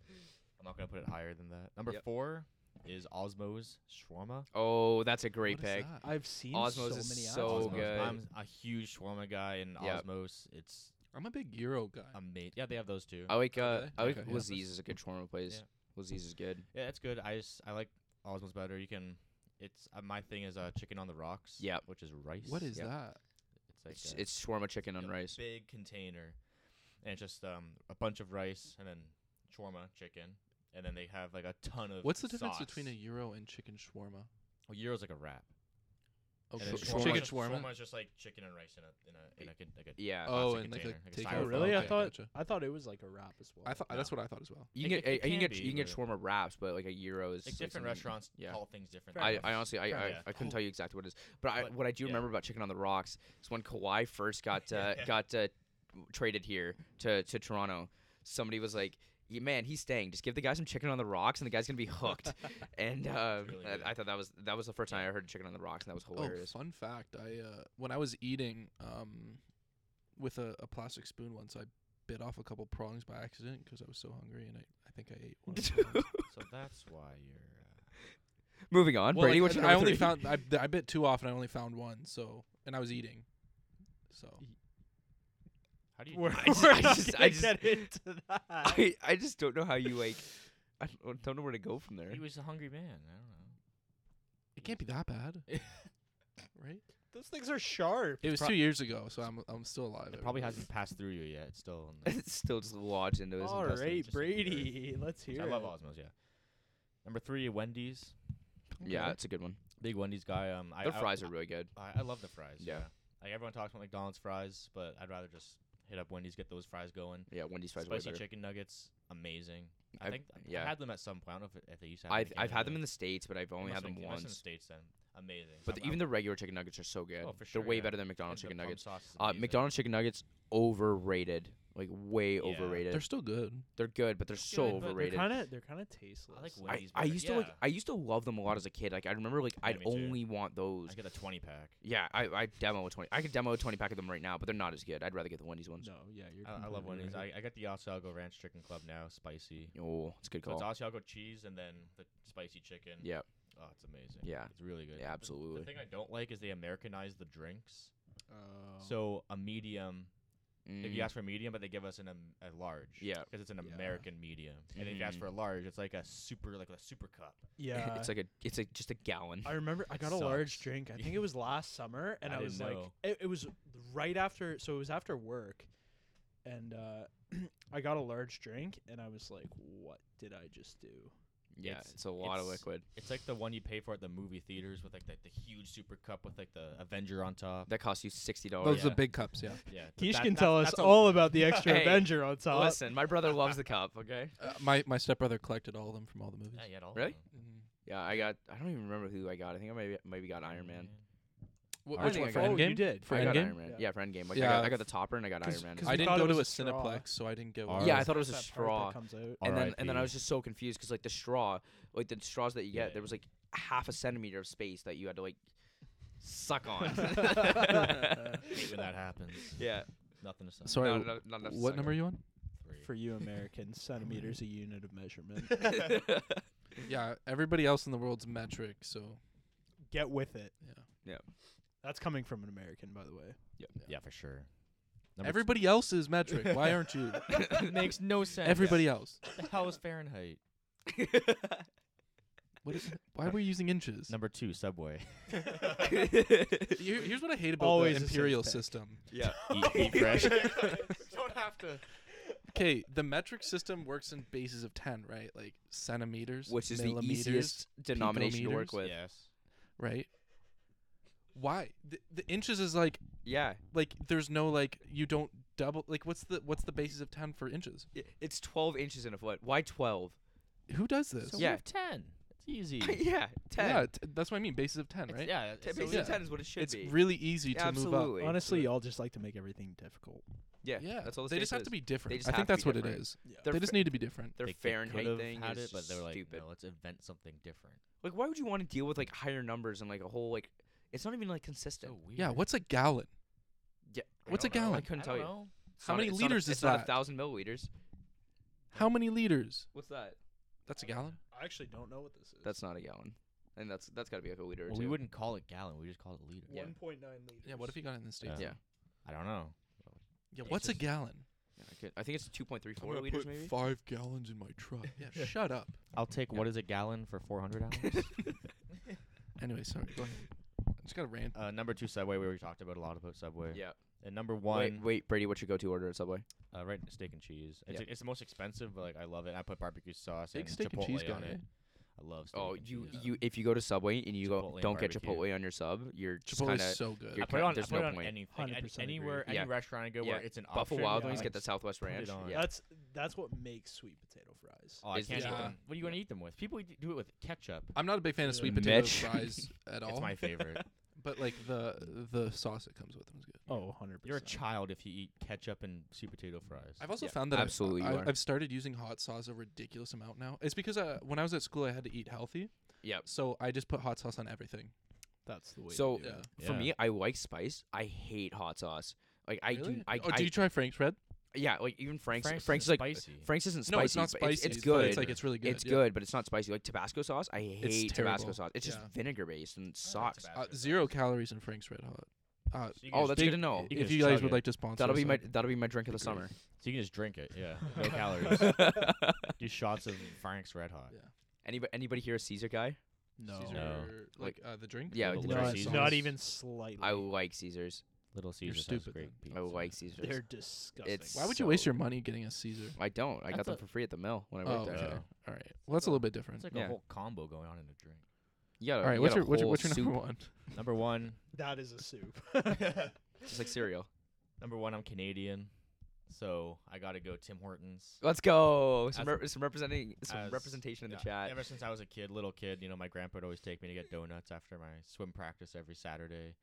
Speaker 1: I'm not gonna put it higher than that. Number
Speaker 3: Yep.
Speaker 1: four is Osmo's shawarma.
Speaker 3: Oh, that's a great
Speaker 4: What is
Speaker 3: pick.
Speaker 4: that?
Speaker 2: I've seen
Speaker 3: Osmos
Speaker 2: so
Speaker 3: is
Speaker 2: many.
Speaker 3: so
Speaker 2: Osmos.
Speaker 1: Osmos.
Speaker 3: good.
Speaker 1: I'm a huge shawarma guy, and
Speaker 3: Yep.
Speaker 1: Osmos, it's
Speaker 4: I'm a big Euro guy.
Speaker 3: Uh,
Speaker 1: amazing. Yeah, they have those too.
Speaker 3: I like uh,
Speaker 4: Okay.
Speaker 3: I like
Speaker 4: Okay.
Speaker 3: Laziz is a good shawarma place. Laziz is good.
Speaker 1: Yeah, that's good. I just I like Osmos better. You can. It's uh, my thing is uh, chicken on the rocks.
Speaker 3: Yep.
Speaker 1: which is rice.
Speaker 4: What is
Speaker 3: Yeah.
Speaker 4: that?
Speaker 1: It's like
Speaker 3: It's
Speaker 1: a
Speaker 3: it's shawarma chicken on
Speaker 1: a
Speaker 3: rice.
Speaker 1: Big container, and it's just um a bunch of rice and then shawarma chicken, and then they have like a ton of.
Speaker 4: What's the difference between a
Speaker 1: sauce.
Speaker 4: Euro and chicken shawarma?
Speaker 1: Well, gyro's like a wrap.
Speaker 4: Oh,
Speaker 1: and then
Speaker 4: sh-
Speaker 3: shawarma-
Speaker 4: chicken
Speaker 1: is-
Speaker 4: shawarma.
Speaker 1: is just like chicken and rice in a in a in a, con- like a
Speaker 3: Yeah.
Speaker 4: Oh,
Speaker 1: plastic
Speaker 4: and like a
Speaker 1: container, like a
Speaker 4: takeout.
Speaker 2: Oh
Speaker 1: styrofoam
Speaker 2: really? I
Speaker 1: container.
Speaker 2: thought
Speaker 4: gotcha.
Speaker 2: I thought it was like a wrap as well.
Speaker 4: I thought
Speaker 1: no.
Speaker 4: that's what I thought as well.
Speaker 3: you
Speaker 1: it-
Speaker 3: can get
Speaker 1: it-
Speaker 3: uh,
Speaker 1: it
Speaker 3: you can
Speaker 1: can
Speaker 3: get
Speaker 1: be,
Speaker 3: you can get
Speaker 1: but-
Speaker 3: shawarma wraps, but like a euro is
Speaker 1: Like different
Speaker 3: something-
Speaker 1: restaurants
Speaker 3: yeah.
Speaker 1: call things different.
Speaker 2: Fair
Speaker 3: I,
Speaker 2: enough.
Speaker 3: I honestly I,
Speaker 2: Fair
Speaker 3: I,
Speaker 1: enough.
Speaker 3: I couldn't
Speaker 1: Oh.
Speaker 3: tell you exactly what it is, but, I,
Speaker 1: But,
Speaker 3: what I do
Speaker 1: yeah.
Speaker 3: remember about Chicken on the Rocks is when Kawhi first got uh,
Speaker 1: Yeah.
Speaker 3: got uh, traded here to to Toronto, somebody was like. "Yeah, Man, he's staying. Just give the guy some chicken on the rocks, and the guy's gonna be hooked. and uh,
Speaker 1: really
Speaker 3: I-
Speaker 1: good.
Speaker 3: I, thought that was that was the first time I heard chicken on the rocks, and that was hilarious.
Speaker 4: Oh, fun fact! I uh, when I was eating um, with a, a plastic spoon once, I bit off a couple prongs by accident because I was so hungry, and I, I think I ate one. of the prongs.
Speaker 1: So that's why you're. uh,
Speaker 3: Moving on,
Speaker 4: Well,
Speaker 3: Brady.
Speaker 4: like,
Speaker 3: what's your
Speaker 4: I
Speaker 3: number
Speaker 4: only
Speaker 3: three?
Speaker 4: found I, I bit two off, and I only found one. So and I was eating. So
Speaker 1: Uh, how do you?
Speaker 2: We're,
Speaker 1: do
Speaker 3: I just-
Speaker 2: we're
Speaker 3: I
Speaker 2: not
Speaker 3: just- I
Speaker 2: gonna
Speaker 3: just-
Speaker 2: get into that.
Speaker 3: I, I just don't know how you like. I don't, don't know where to go from
Speaker 1: that?
Speaker 3: there.
Speaker 1: He was a hungry man. I don't know.
Speaker 4: it can't be that bad, right?
Speaker 2: Those things are sharp.
Speaker 4: It was
Speaker 1: Pro-
Speaker 4: two years ago, so I'm I'm still alive.
Speaker 1: It probably
Speaker 4: everybody.
Speaker 1: hasn't passed through you yet. It's still. In
Speaker 3: it's still just lodged into his
Speaker 2: All
Speaker 3: intestines.
Speaker 2: right,
Speaker 1: just like the earth.
Speaker 2: Brady. Let's hear.
Speaker 1: I love
Speaker 2: it.
Speaker 1: Osmos. Yeah. Number three, Wendy's.
Speaker 3: Yeah,
Speaker 4: Okay.
Speaker 3: it's a good one.
Speaker 1: Big Wendy's guy. Um, I,
Speaker 3: Their
Speaker 1: I-
Speaker 3: fries are really good.
Speaker 1: I, I love the fries.
Speaker 3: Yeah.
Speaker 1: Like everyone talks about McDonald's fries, but I'd rather just hit up Wendy's, get those fries going.
Speaker 3: Yeah, Wendy's fries are way
Speaker 1: Spicy
Speaker 3: better.
Speaker 1: chicken nuggets, amazing. I
Speaker 3: I've-
Speaker 1: think
Speaker 3: yeah.
Speaker 1: I had them at some point. I don't know if, if they used to. Have
Speaker 3: I've, I've had them in the states, but I've only had them
Speaker 1: In the
Speaker 3: once.
Speaker 1: states then, amazing.
Speaker 3: But the,
Speaker 1: I- I-
Speaker 3: even the regular chicken nuggets are so good.
Speaker 1: Oh, for
Speaker 3: They're way
Speaker 1: sure, yeah.
Speaker 3: better than McDonald's
Speaker 1: and the
Speaker 3: chicken
Speaker 1: plum
Speaker 3: nuggets.
Speaker 1: sauce is
Speaker 3: Uh,
Speaker 1: amazing.
Speaker 3: McDonald's chicken nuggets overrated. like way
Speaker 1: Yeah.
Speaker 3: overrated.
Speaker 4: They're
Speaker 3: They're,
Speaker 4: still good.
Speaker 3: good, but they're so
Speaker 1: good, but they're
Speaker 3: overrated.
Speaker 2: They're kind of they're kind of tasteless.
Speaker 1: I like
Speaker 3: I,
Speaker 1: Wendy's.
Speaker 3: I
Speaker 1: better.
Speaker 3: used to like
Speaker 1: Yeah.
Speaker 3: I used to love them a lot as a kid. Like I remember like I'd
Speaker 1: me too.
Speaker 3: only want those.
Speaker 1: I get a twenty pack.
Speaker 3: Yeah, I, I demo a twenty. I could demo a twenty pack of them right now, but they're not as good. I'd rather get the Wendy's ones.
Speaker 2: no, yeah, you're.
Speaker 1: I, I love
Speaker 2: completely
Speaker 1: Wendy's.
Speaker 2: right.
Speaker 1: I, I get the Asiago Ranch Chicken Club now, spicy.
Speaker 3: Oh, it's a good
Speaker 1: So it's
Speaker 3: call.
Speaker 1: Asiago cheese and then the spicy chicken.
Speaker 3: Yeah,
Speaker 1: Oh, it's amazing.
Speaker 3: Yeah.
Speaker 1: It's really good.
Speaker 3: yeah,
Speaker 1: The-
Speaker 3: absolutely.
Speaker 1: The thing I don't like is they Americanize the drinks.
Speaker 2: Oh.
Speaker 1: So a medium, if
Speaker 3: Mm.
Speaker 1: you ask for a medium, but they give us an um, a large.
Speaker 3: Yeah.
Speaker 1: Because it's an
Speaker 2: Yeah.
Speaker 1: American medium. And if you ask
Speaker 3: Mhm.
Speaker 1: for a large, it's like a super, like a super cup.
Speaker 2: yeah,
Speaker 1: uh,
Speaker 3: it's like a it's like just a gallon.
Speaker 2: I remember I
Speaker 1: It
Speaker 2: got a large
Speaker 1: sucks.
Speaker 2: drink. I think it was last summer, and
Speaker 1: I
Speaker 2: I,
Speaker 1: didn't
Speaker 2: was like,
Speaker 1: know.
Speaker 2: it, it was right after. So it was after work, and uh, I got a large drink, and I was like, what did I just do?
Speaker 3: yeah,
Speaker 1: it's-
Speaker 3: it's, a lot of
Speaker 1: it's-
Speaker 3: liquid.
Speaker 1: It's like the one you pay for at the movie theaters with like the, the huge super cup with like the Avenger on top.
Speaker 3: That costs you sixty
Speaker 4: Those
Speaker 3: dollars.
Speaker 1: yeah.
Speaker 4: are the big cups, Oh, yeah.
Speaker 1: Yeah. th-
Speaker 2: Keish
Speaker 1: that-
Speaker 2: can
Speaker 1: that's-
Speaker 2: tell us
Speaker 1: that's a-
Speaker 2: all about the extra
Speaker 3: Hey,
Speaker 2: Avenger on top.
Speaker 3: Listen, my brother loves the cup. Okay.
Speaker 4: Uh, my my stepbrother collected all of them from all the movies. Mm-hmm.
Speaker 1: Yeah, you had all of
Speaker 3: Really?
Speaker 1: them.
Speaker 3: Yeah, I got. I don't even remember who I got. I think I maybe maybe got Iron Man.
Speaker 4: Wh-
Speaker 3: I
Speaker 4: which
Speaker 3: think
Speaker 4: one?
Speaker 3: I
Speaker 4: For
Speaker 3: got it.
Speaker 2: oh,
Speaker 4: Endgame?
Speaker 2: you did.
Speaker 4: For
Speaker 3: I got
Speaker 4: Endgame?
Speaker 3: Iron Man.
Speaker 2: Yeah.
Speaker 3: Yeah, for Endgame. Like I,
Speaker 4: Yeah.
Speaker 3: got, I got the topper and I got
Speaker 2: 'Cause-
Speaker 3: Iron Man.
Speaker 2: 'cause
Speaker 4: I
Speaker 2: we
Speaker 4: didn't
Speaker 2: thought
Speaker 4: go
Speaker 2: it
Speaker 4: to a
Speaker 2: was a straw.
Speaker 4: Cineplex, so I didn't get
Speaker 1: Alright.
Speaker 4: one.
Speaker 3: Yeah, I thought it was a
Speaker 2: That part that
Speaker 3: straw.
Speaker 2: comes out.
Speaker 3: and then and then I was just so confused because like the straw, like the straws that you get,
Speaker 1: Yeah.
Speaker 3: there was like half a centimeter of space that you had to like suck on.
Speaker 1: Hate when that happens.
Speaker 3: yeah.
Speaker 1: Nothing to say.
Speaker 4: Sorry,
Speaker 3: No, no, not enough to
Speaker 4: what
Speaker 3: suck
Speaker 4: number are you on?
Speaker 1: Three.
Speaker 2: For you Americans, centimeters a unit of measurement.
Speaker 3: on.
Speaker 4: Yeah, everybody else in the world's metric, so
Speaker 2: Get with it.
Speaker 4: yeah.
Speaker 2: That's coming from an American, by the way.
Speaker 1: Yeah, for sure. Number
Speaker 4: everybody else is metric. Why aren't you?
Speaker 1: two- makes no sense.
Speaker 4: Everybody else.
Speaker 1: the hell is Fahrenheit?
Speaker 4: What is, why were you using inches?
Speaker 1: Number two, Subway.
Speaker 4: Here- here's what I hate about
Speaker 2: Always a
Speaker 4: the imperial
Speaker 2: six-pack.
Speaker 4: system.
Speaker 3: yeah.
Speaker 1: eat, eat fresh.
Speaker 2: Don't have to.
Speaker 4: Okay, the metric system works in bases of ten, right? Like centimeters,
Speaker 3: Which is the
Speaker 4: millimeters,
Speaker 3: easiest denomination to work
Speaker 4: picometers?
Speaker 3: with. Yeah.
Speaker 1: Yes.
Speaker 4: right? Why the, the inches is like
Speaker 3: yeah.
Speaker 4: like there's no like you don't double like what's the what's the basis of ten for inches?
Speaker 3: I- It's 12 inches in a foot. Why 12?
Speaker 4: Who does this?
Speaker 1: So
Speaker 3: Yeah.
Speaker 1: we have ten. It's easy.
Speaker 3: yeah, 10.
Speaker 4: Yeah, t- that's what I mean. Bases of ten,
Speaker 1: It's-
Speaker 4: right?
Speaker 1: Yeah.
Speaker 3: Ten-
Speaker 1: it's so
Speaker 3: basically
Speaker 1: easy.
Speaker 3: 10 is what it should
Speaker 4: it's
Speaker 3: be.
Speaker 4: really easy to move up.
Speaker 3: Absolutely.
Speaker 2: Honestly, y'all just like to make everything difficult.
Speaker 3: yeah,
Speaker 4: Yeah,
Speaker 3: that's all the
Speaker 4: they just
Speaker 3: state
Speaker 4: have to
Speaker 3: says.
Speaker 4: be different.
Speaker 3: just
Speaker 4: I
Speaker 3: have
Speaker 4: think
Speaker 3: to be
Speaker 4: that's what it
Speaker 3: different.
Speaker 4: is.
Speaker 2: Yeah.
Speaker 3: They're
Speaker 4: They just
Speaker 3: fa-
Speaker 4: need to be different.
Speaker 3: Their
Speaker 1: They- they
Speaker 3: Fahrenheit
Speaker 1: could've
Speaker 3: thing
Speaker 1: had
Speaker 3: is
Speaker 1: it, but they were like,
Speaker 3: stupid.
Speaker 1: no, let's invent something different.
Speaker 3: Like, why would you want to deal with like higher numbers and like a whole like? It's not even like consistent.
Speaker 1: So weird.
Speaker 4: Yeah, what's a gallon?
Speaker 3: Yeah,
Speaker 1: I
Speaker 4: what's a
Speaker 1: don't know.
Speaker 4: gallon?
Speaker 3: I couldn't
Speaker 1: I
Speaker 3: tell
Speaker 1: don't
Speaker 3: you.
Speaker 1: know.
Speaker 3: It's
Speaker 4: How
Speaker 3: not a-
Speaker 4: many
Speaker 3: it's not
Speaker 4: liters
Speaker 3: a,
Speaker 4: is
Speaker 3: it's not
Speaker 4: that?
Speaker 3: a thousand milliliters.
Speaker 4: How many liters?
Speaker 3: What's that?
Speaker 4: That's a gallon.
Speaker 2: I actually don't know what this is.
Speaker 3: That's not a gallon, and that's that's got to be like a liter. or
Speaker 1: Well,
Speaker 3: two.
Speaker 1: we wouldn't call it gallon. We just call it liter.
Speaker 3: Yeah.
Speaker 2: 1.9 liters.
Speaker 4: Yeah, what if you got it in the states?
Speaker 1: Yeah.
Speaker 3: Yeah,
Speaker 1: I don't know.
Speaker 4: Yeah,
Speaker 1: It's
Speaker 4: what's a
Speaker 1: just-
Speaker 4: gallon?
Speaker 3: Yeah, I, could, I think it's two point three four
Speaker 4: gonna
Speaker 3: liters maybe.
Speaker 4: five gallons in my truck. Yeah, shut up.
Speaker 1: I'll take
Speaker 3: Yeah.
Speaker 1: what is a gallon for four hundred hours.
Speaker 4: Anyway, sorry. Go ahead. I just got a rant.
Speaker 1: uh, number two, Subway. We already talked about a lot about Subway.
Speaker 3: Yeah.
Speaker 1: And number one,
Speaker 3: Wait, wait, Brady, what's your go-to order at Subway?
Speaker 1: Uh, right, steak and cheese. It's,
Speaker 3: Yeah.
Speaker 1: it's the most expensive, but like I love it. I put barbecue sauce
Speaker 4: Big
Speaker 1: and
Speaker 4: steak
Speaker 1: chipotle
Speaker 4: and cheese guy.
Speaker 1: on
Speaker 4: eh?
Speaker 1: it. I love steak.
Speaker 3: Oh,
Speaker 1: and
Speaker 3: you
Speaker 1: cheese.
Speaker 3: you if you go to Subway and you
Speaker 1: Chipotle
Speaker 3: go
Speaker 1: and
Speaker 3: don't get
Speaker 1: barbecue.
Speaker 3: Chipotle on your sub, you're just
Speaker 4: Chipotle
Speaker 3: kind
Speaker 4: is
Speaker 3: of
Speaker 4: so good.
Speaker 1: I
Speaker 3: you're
Speaker 1: put it on, I
Speaker 3: there's
Speaker 1: put it
Speaker 3: no
Speaker 1: on
Speaker 3: point.
Speaker 1: anything, any-
Speaker 2: 100% agree
Speaker 1: anywhere,
Speaker 2: with
Speaker 1: any
Speaker 3: you.
Speaker 1: restaurant I go
Speaker 3: Yeah.
Speaker 1: where it's an
Speaker 3: Buffalo
Speaker 1: option.
Speaker 3: Wild
Speaker 2: yeah,
Speaker 3: Wings get
Speaker 1: I-
Speaker 3: the Southwest
Speaker 1: put it
Speaker 3: Ranch.
Speaker 1: on.
Speaker 3: Yeah.
Speaker 2: That's that's what makes sweet potato fries.
Speaker 1: Oh, I
Speaker 3: Is-
Speaker 1: can't eat
Speaker 4: yeah.
Speaker 1: them. What are you gonna eat them with? People eat- do it with ketchup.
Speaker 4: I'm not a big fan of sweet
Speaker 2: Mitch.
Speaker 4: potato fries at all.
Speaker 1: It's my favorite.
Speaker 4: but like the the sauce that comes with them is good.
Speaker 2: Oh, 100%.
Speaker 1: You're a child if you eat ketchup and sweet potato fries.
Speaker 4: I've also
Speaker 3: Yeah,
Speaker 4: found that I-
Speaker 3: absolutely you
Speaker 4: I,
Speaker 3: are.
Speaker 4: I've started using hot sauce a ridiculous amount now. It's because uh, when I was at school, I had to eat healthy,
Speaker 3: Yep.
Speaker 4: so I just put hot sauce on everything.
Speaker 2: That's the way.
Speaker 3: So-
Speaker 2: to do
Speaker 4: Yeah.
Speaker 2: it.
Speaker 3: For
Speaker 1: Yeah.
Speaker 3: me, I like spice. I hate hot sauce. Like I do.
Speaker 4: Really?
Speaker 3: I,
Speaker 4: oh,
Speaker 3: I
Speaker 4: do you try Frank's Red?
Speaker 3: yeah. Like even Frank's. Frank's,
Speaker 1: Frank's
Speaker 3: Frank's
Speaker 1: is
Speaker 3: like
Speaker 1: spicy.
Speaker 3: Frank's isn't spicy.
Speaker 4: no, it's not
Speaker 3: but
Speaker 4: spicy.
Speaker 3: It's,
Speaker 4: but
Speaker 3: good.
Speaker 4: It's like it's really good.
Speaker 3: It's
Speaker 4: yeah.
Speaker 3: good, but it's not spicy. Like Tabasco sauce, I hate Tabasco
Speaker 4: terrible.
Speaker 3: sauce. It's just
Speaker 4: Yeah.
Speaker 3: vinegar based and it
Speaker 1: I like
Speaker 3: sucks.
Speaker 1: Tabasco
Speaker 4: Uh,
Speaker 1: sauce.
Speaker 4: zero calories in Frank's Red Hot. Uh,
Speaker 1: So you can
Speaker 3: Oh,
Speaker 1: just-
Speaker 3: that's
Speaker 4: big-
Speaker 3: good to know.
Speaker 1: you can
Speaker 4: if
Speaker 1: just
Speaker 4: you guys
Speaker 1: chug
Speaker 4: would
Speaker 1: it.
Speaker 4: like to sponsor,
Speaker 3: That'll
Speaker 4: us,
Speaker 3: be my
Speaker 4: I'd-
Speaker 3: that'll be my drink of the
Speaker 4: Be
Speaker 3: summer.
Speaker 4: great.
Speaker 1: So you can just drink it. Yeah, no calories. Just shots of Frank's Red Hot.
Speaker 4: Yeah.
Speaker 3: anybody anybody here a Caesar guy?
Speaker 2: No.
Speaker 4: Caesar,
Speaker 1: No.
Speaker 4: like uh, the drink.
Speaker 3: Yeah,
Speaker 1: Little
Speaker 3: like the
Speaker 2: No,
Speaker 1: Little
Speaker 3: drink.
Speaker 2: it's
Speaker 1: Caesars.
Speaker 2: not even slightly.
Speaker 3: I like Caesars.
Speaker 1: Little Caesars has
Speaker 4: stupid
Speaker 1: great
Speaker 4: then.
Speaker 1: pizza.
Speaker 3: I Oh, like Caesars.
Speaker 2: They're disgusting.
Speaker 3: It's-
Speaker 4: Why would you waste
Speaker 3: So-
Speaker 4: your money getting a Caesar?
Speaker 3: I don't. I got
Speaker 1: That's
Speaker 3: them
Speaker 1: a-
Speaker 3: for free at the mill when I
Speaker 4: Oh,
Speaker 3: worked
Speaker 4: okay.
Speaker 3: there.
Speaker 1: Yeah.
Speaker 4: All right. Well, that's a little bit different.
Speaker 1: It's like a
Speaker 3: Yeah.
Speaker 1: whole combo going on in a drink.
Speaker 3: Yeah.
Speaker 4: All right. What's your what's your, what's your number one?
Speaker 1: Number one,
Speaker 2: that is a soup.
Speaker 3: It's like cereal.
Speaker 1: number one, I'm Canadian, so I gotta go Tim Hortons.
Speaker 3: Let's go. Some,
Speaker 1: As-
Speaker 3: rep- some representing some
Speaker 1: as-
Speaker 3: representation in the
Speaker 1: Yeah,
Speaker 3: chat.
Speaker 1: Ever since I was a kid, little kid, you know, my grandpa would always take me to get donuts after my swim practice every Saturday.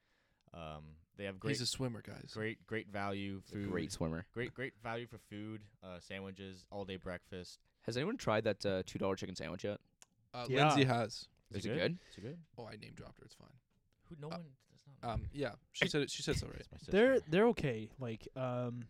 Speaker 1: Um, they have great,
Speaker 4: He's a swimmer, guys.
Speaker 1: great, great value
Speaker 3: He's a
Speaker 1: food.
Speaker 3: Great swimmer.
Speaker 1: great, great value for food. Uh, sandwiches, all day breakfast.
Speaker 3: Has anyone tried that uh, two dollar chicken sandwich yet?
Speaker 4: Uh,
Speaker 2: Yeah.
Speaker 4: Lindsay has.
Speaker 3: Is it good?
Speaker 1: Is it good?
Speaker 4: Oh, I name dropped her. It's fine.
Speaker 1: Who? No
Speaker 4: Uh,
Speaker 1: one. That's not.
Speaker 4: Um, yeah, she said it. She said it's all right.
Speaker 1: That's my sister.
Speaker 2: They're they're okay. Like um,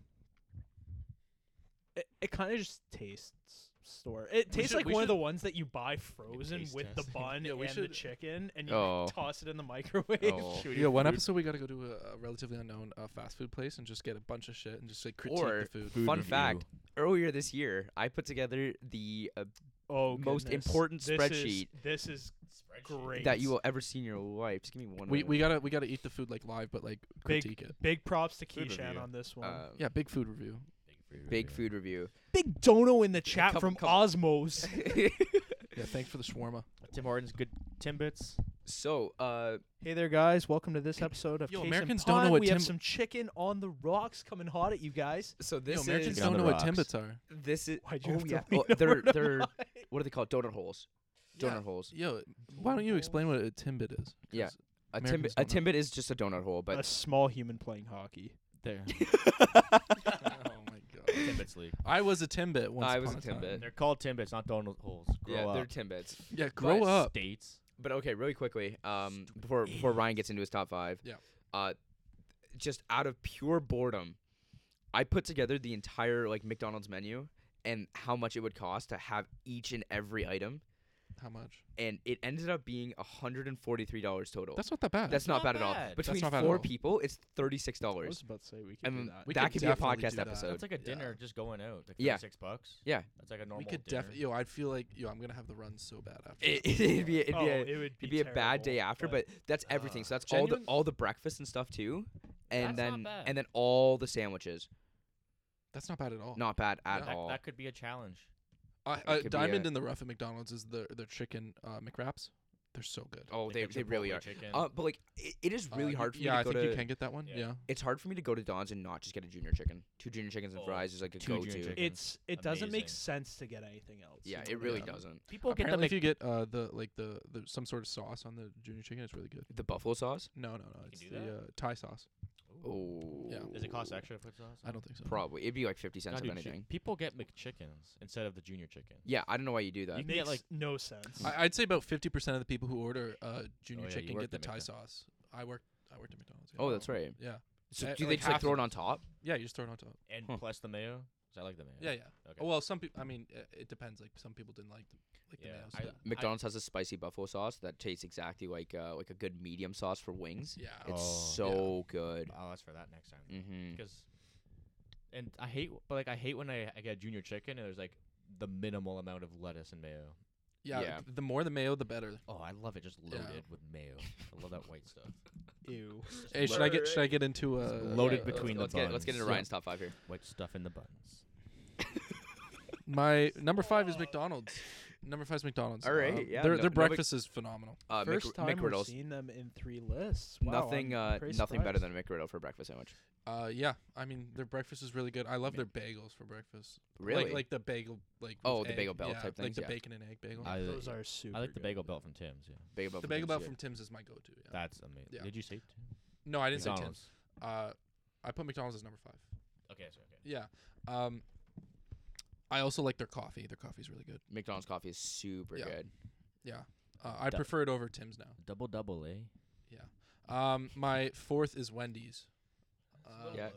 Speaker 2: it, it kind of just tastes store. It tastes
Speaker 4: should-
Speaker 2: like
Speaker 4: we
Speaker 2: one of
Speaker 4: should-
Speaker 2: the ones that you buy frozen
Speaker 1: taste
Speaker 2: with the
Speaker 1: test.
Speaker 2: bun
Speaker 4: Yeah, we
Speaker 2: and the
Speaker 4: should-
Speaker 2: chicken, and you
Speaker 3: Oh.
Speaker 2: toss it in the microwave.
Speaker 3: Oh.
Speaker 1: Should we
Speaker 4: Yeah,
Speaker 1: do
Speaker 4: one
Speaker 1: food-
Speaker 4: episode we gotta go to a, a relatively unknown uh, fast food place and just get a bunch of shit and just like critique
Speaker 3: Or
Speaker 4: the food.
Speaker 1: food
Speaker 3: Fun
Speaker 1: review.
Speaker 3: fact: earlier this year, I put together the uh,
Speaker 2: Oh,
Speaker 3: Most
Speaker 2: goodness.
Speaker 3: important
Speaker 2: This is-
Speaker 3: spreadsheet.
Speaker 2: this is
Speaker 1: Spreadsheet.
Speaker 2: Great.
Speaker 3: that you will ever see in your life. Just give me one.
Speaker 4: We
Speaker 3: minute.
Speaker 4: we gotta we gotta eat the food like live, but like
Speaker 2: Big-
Speaker 4: critique it.
Speaker 2: big props to
Speaker 1: Food
Speaker 2: Keyshan
Speaker 1: review.
Speaker 2: on this one.
Speaker 3: Um,
Speaker 4: Yeah, big food review.
Speaker 1: Big food.
Speaker 3: Big
Speaker 1: review.
Speaker 3: food review.
Speaker 2: big dono in the chat
Speaker 3: couple-
Speaker 2: from
Speaker 3: couple-
Speaker 2: Osmos.
Speaker 4: Yeah, thanks for the shawarma.
Speaker 1: Tim Hortons, good timbits.
Speaker 3: so, uh,
Speaker 2: Hey there, guys! Welcome to this episode of
Speaker 4: Yo,
Speaker 2: Case in
Speaker 4: Americans don't know
Speaker 2: Pond.
Speaker 4: what
Speaker 2: We have
Speaker 4: Tim-
Speaker 2: some chicken on the rocks coming hot at you guys.
Speaker 3: so
Speaker 4: Yo,
Speaker 3: this
Speaker 4: Americans
Speaker 3: is
Speaker 1: Get on
Speaker 4: don't know
Speaker 1: the
Speaker 4: what
Speaker 1: rocks.
Speaker 4: timbits are.
Speaker 3: this is.
Speaker 2: Why'd you
Speaker 3: Oh
Speaker 2: have to
Speaker 3: yeah,
Speaker 2: let me
Speaker 3: oh,
Speaker 2: know
Speaker 3: they're
Speaker 2: what
Speaker 3: they're
Speaker 2: I'm like?
Speaker 3: what are they called? Donut holes. Donut
Speaker 4: Yeah.
Speaker 3: holes.
Speaker 4: Yo, why don't you explain what a timbit is? 'Cause
Speaker 3: Yeah. A timbit,
Speaker 4: Americans
Speaker 3: a
Speaker 4: don't know.
Speaker 3: timbit is just a donut hole,
Speaker 2: a
Speaker 3: but
Speaker 2: small human playing hockey.
Speaker 1: They're
Speaker 4: oh my god.
Speaker 1: timbits league.
Speaker 4: I was a timbit once.
Speaker 3: I was a
Speaker 4: upon time.
Speaker 3: timbit.
Speaker 1: They're called timbits, not donut holes. Grow
Speaker 3: yeah,
Speaker 1: up.
Speaker 3: they're timbits.
Speaker 4: Yeah, grow
Speaker 3: But
Speaker 4: up.
Speaker 1: States.
Speaker 3: But okay, really quickly, um, before before Ryan gets into his top five,
Speaker 4: Yeah.
Speaker 3: uh, just out of pure boredom, I put together the entire like McDonald's menu and how much it would cost to have each and every item,
Speaker 4: How much?
Speaker 3: and it ended up being hundred and forty three dollars total.
Speaker 4: That's not that bad.
Speaker 3: That's not,
Speaker 1: not
Speaker 3: bad, at all.
Speaker 1: bad.
Speaker 4: That's
Speaker 3: Between
Speaker 4: not bad at
Speaker 3: four
Speaker 4: all.
Speaker 3: people, it's thirty six
Speaker 2: I was
Speaker 3: dollars.
Speaker 2: about to say we could
Speaker 3: I mean,
Speaker 2: do that.
Speaker 4: We
Speaker 3: that
Speaker 4: could
Speaker 3: could be a
Speaker 4: definitely
Speaker 3: podcast
Speaker 4: do that.
Speaker 3: episode.
Speaker 1: That's like a
Speaker 4: Yeah.
Speaker 1: dinner, just going out. Like
Speaker 3: Yeah.
Speaker 1: six bucks.
Speaker 3: Yeah.
Speaker 1: That's like a normal.
Speaker 4: we could
Speaker 1: dinner.
Speaker 4: definitely. Yo, I'd feel like yo, I'm gonna have the run so bad after.
Speaker 3: It,
Speaker 4: this.
Speaker 3: it'd be it'd
Speaker 2: oh,
Speaker 3: be a,
Speaker 2: it would be,
Speaker 3: it'd be a bad day
Speaker 2: terrible,
Speaker 3: after, but that's everything.
Speaker 4: uh,
Speaker 3: So that's all
Speaker 4: genuine-
Speaker 3: the all the breakfast and stuff too,
Speaker 1: That's not
Speaker 3: and then
Speaker 1: bad.
Speaker 3: and then all the sandwiches.
Speaker 4: That's not bad at all.
Speaker 3: Not bad at
Speaker 1: That,
Speaker 3: all.
Speaker 1: that could be a challenge.
Speaker 4: I,
Speaker 3: That
Speaker 4: uh,
Speaker 3: could be
Speaker 4: Diamond
Speaker 3: a-
Speaker 4: in the Rough at McDonald's is their their chicken uh, McWraps. They're so good.
Speaker 3: oh,
Speaker 1: Like
Speaker 3: they
Speaker 1: the
Speaker 3: they really
Speaker 1: Chipotle
Speaker 3: are.
Speaker 1: Chicken.
Speaker 3: Uh, but like, it, it is
Speaker 4: Uh,
Speaker 3: really
Speaker 4: you-
Speaker 3: hard for
Speaker 4: yeah,
Speaker 3: me
Speaker 4: I
Speaker 3: to go
Speaker 4: think
Speaker 3: to.
Speaker 4: you can get that one.
Speaker 1: Yeah.
Speaker 4: Yeah.
Speaker 3: It's hard for me to go to Don's and not just get a junior chicken. Two junior chickens and
Speaker 1: Oh,
Speaker 3: fries is like a
Speaker 1: two
Speaker 3: go-to.
Speaker 1: junior chicken.
Speaker 2: It's it doesn't make
Speaker 1: Amazing.
Speaker 2: sense to get anything else.
Speaker 3: Yeah,
Speaker 4: It's
Speaker 3: it really
Speaker 4: yeah.
Speaker 3: doesn't.
Speaker 1: People get the
Speaker 4: Apparently,
Speaker 1: Mc-
Speaker 4: if you get uh the like the, the some sort of sauce on the junior chicken, it's really good.
Speaker 3: The buffalo sauce.
Speaker 4: No, no, no.
Speaker 1: You can
Speaker 4: It's
Speaker 1: do
Speaker 4: the
Speaker 1: that?
Speaker 4: uh, Thai sauce.
Speaker 3: Oh.
Speaker 4: Yeah.
Speaker 1: Does it cost extra to put sauce?
Speaker 4: I don't think so.
Speaker 3: Probably. It'd be like fifty
Speaker 1: God,
Speaker 3: cents
Speaker 1: dude,
Speaker 3: of
Speaker 1: chi-
Speaker 3: anything.
Speaker 1: people get McChickens instead of the junior chicken.
Speaker 3: Yeah, I don't know why you do that.
Speaker 1: You can
Speaker 2: It
Speaker 1: get
Speaker 2: makes
Speaker 1: like
Speaker 2: no sense.
Speaker 4: I, I'd say about fifty percent of the people who order uh junior
Speaker 1: yeah, you
Speaker 4: chicken
Speaker 1: worked
Speaker 4: get the
Speaker 1: at
Speaker 4: Thai
Speaker 1: McDo.
Speaker 4: sauce. I worked. I worked at McDonald's. yeah.
Speaker 3: oh, that's right.
Speaker 4: Yeah.
Speaker 3: So
Speaker 4: Uh,
Speaker 3: do they
Speaker 4: like
Speaker 3: just like
Speaker 4: half
Speaker 3: throw
Speaker 4: of
Speaker 3: it
Speaker 4: it.
Speaker 3: on top?
Speaker 4: Yeah, you just throw it on top.
Speaker 1: and
Speaker 3: Huh.
Speaker 1: plus the mayo. 'Cause I like the mayo.
Speaker 4: Yeah, yeah.
Speaker 1: Okay.
Speaker 4: Oh, well, some people. I mean, uh, it depends. Like some people didn't like the, like
Speaker 1: Yeah,
Speaker 4: the mayo.
Speaker 1: I-
Speaker 4: so-
Speaker 3: McDonald's has a spicy buffalo sauce that tastes exactly like uh, like a good medium sauce for wings.
Speaker 4: yeah.
Speaker 3: It's
Speaker 1: Oh.
Speaker 3: so good.
Speaker 1: I'll ask for that next time.
Speaker 3: Mm-hmm.
Speaker 1: Because, and I hate, but like I hate when I, I get junior chicken and there's like the minimal amount of lettuce and mayo.
Speaker 4: yeah.
Speaker 3: yeah.
Speaker 4: th- The more the mayo, the better.
Speaker 1: Oh, I love it just
Speaker 4: Yeah.
Speaker 1: loaded with mayo. I love that white stuff.
Speaker 2: Ew.
Speaker 4: Hey, should I get should I get into uh,
Speaker 1: loaded
Speaker 3: Okay,
Speaker 1: between the
Speaker 3: let's, let's get let's get
Speaker 1: buns.
Speaker 3: into
Speaker 1: Yeah.
Speaker 3: Ryan's top five here.
Speaker 1: White stuff in the buns.
Speaker 4: My number five is McDonald's. Number five is McDonald's.
Speaker 3: All right,
Speaker 4: Uh,
Speaker 3: yeah,
Speaker 4: Their their
Speaker 3: no- no big-
Speaker 4: breakfast is phenomenal.
Speaker 3: Uh, Mc-
Speaker 2: First time we've
Speaker 3: McGriddles.
Speaker 2: seen them in three lists. Wow,
Speaker 3: nothing
Speaker 2: I'm
Speaker 3: uh,
Speaker 2: pretty
Speaker 3: nothing better
Speaker 2: surprised.
Speaker 3: than a McGriddle for a breakfast sandwich.
Speaker 4: Uh, yeah. I mean, their breakfast is really good. I love their bagels for breakfast.
Speaker 3: Really?
Speaker 4: Like, like the bagel like. with
Speaker 3: Oh, the
Speaker 4: egg.
Speaker 3: bagel belt
Speaker 4: yeah,
Speaker 3: type
Speaker 4: Like
Speaker 3: things,
Speaker 4: the
Speaker 3: yeah.
Speaker 4: bacon and egg bagel.
Speaker 1: I,
Speaker 2: Those are super.
Speaker 1: I like the
Speaker 2: good.
Speaker 1: bagel belt from Tim's. Yeah,
Speaker 3: bagel belt.
Speaker 4: the
Speaker 3: from
Speaker 4: bagel
Speaker 3: Tim's,
Speaker 4: belt
Speaker 3: yeah.
Speaker 4: from Tim's is my go-to. Yeah.
Speaker 1: that's amazing.
Speaker 4: Yeah.
Speaker 1: Did you say Tim?
Speaker 4: no, I didn't say Tim's.
Speaker 1: McDonald's.
Speaker 4: Uh, I put McDonald's as number five.
Speaker 1: Okay, that's okay.
Speaker 4: Yeah. Um, I also like their coffee. Their coffee's really good.
Speaker 3: McDonald's coffee is super
Speaker 4: Yeah.
Speaker 3: good.
Speaker 4: Yeah. Uh, I
Speaker 1: Duh.
Speaker 4: prefer it over Tim's now.
Speaker 1: Double double, eh?
Speaker 4: Um, my fourth is Wendy's. Uh,
Speaker 3: Yeah.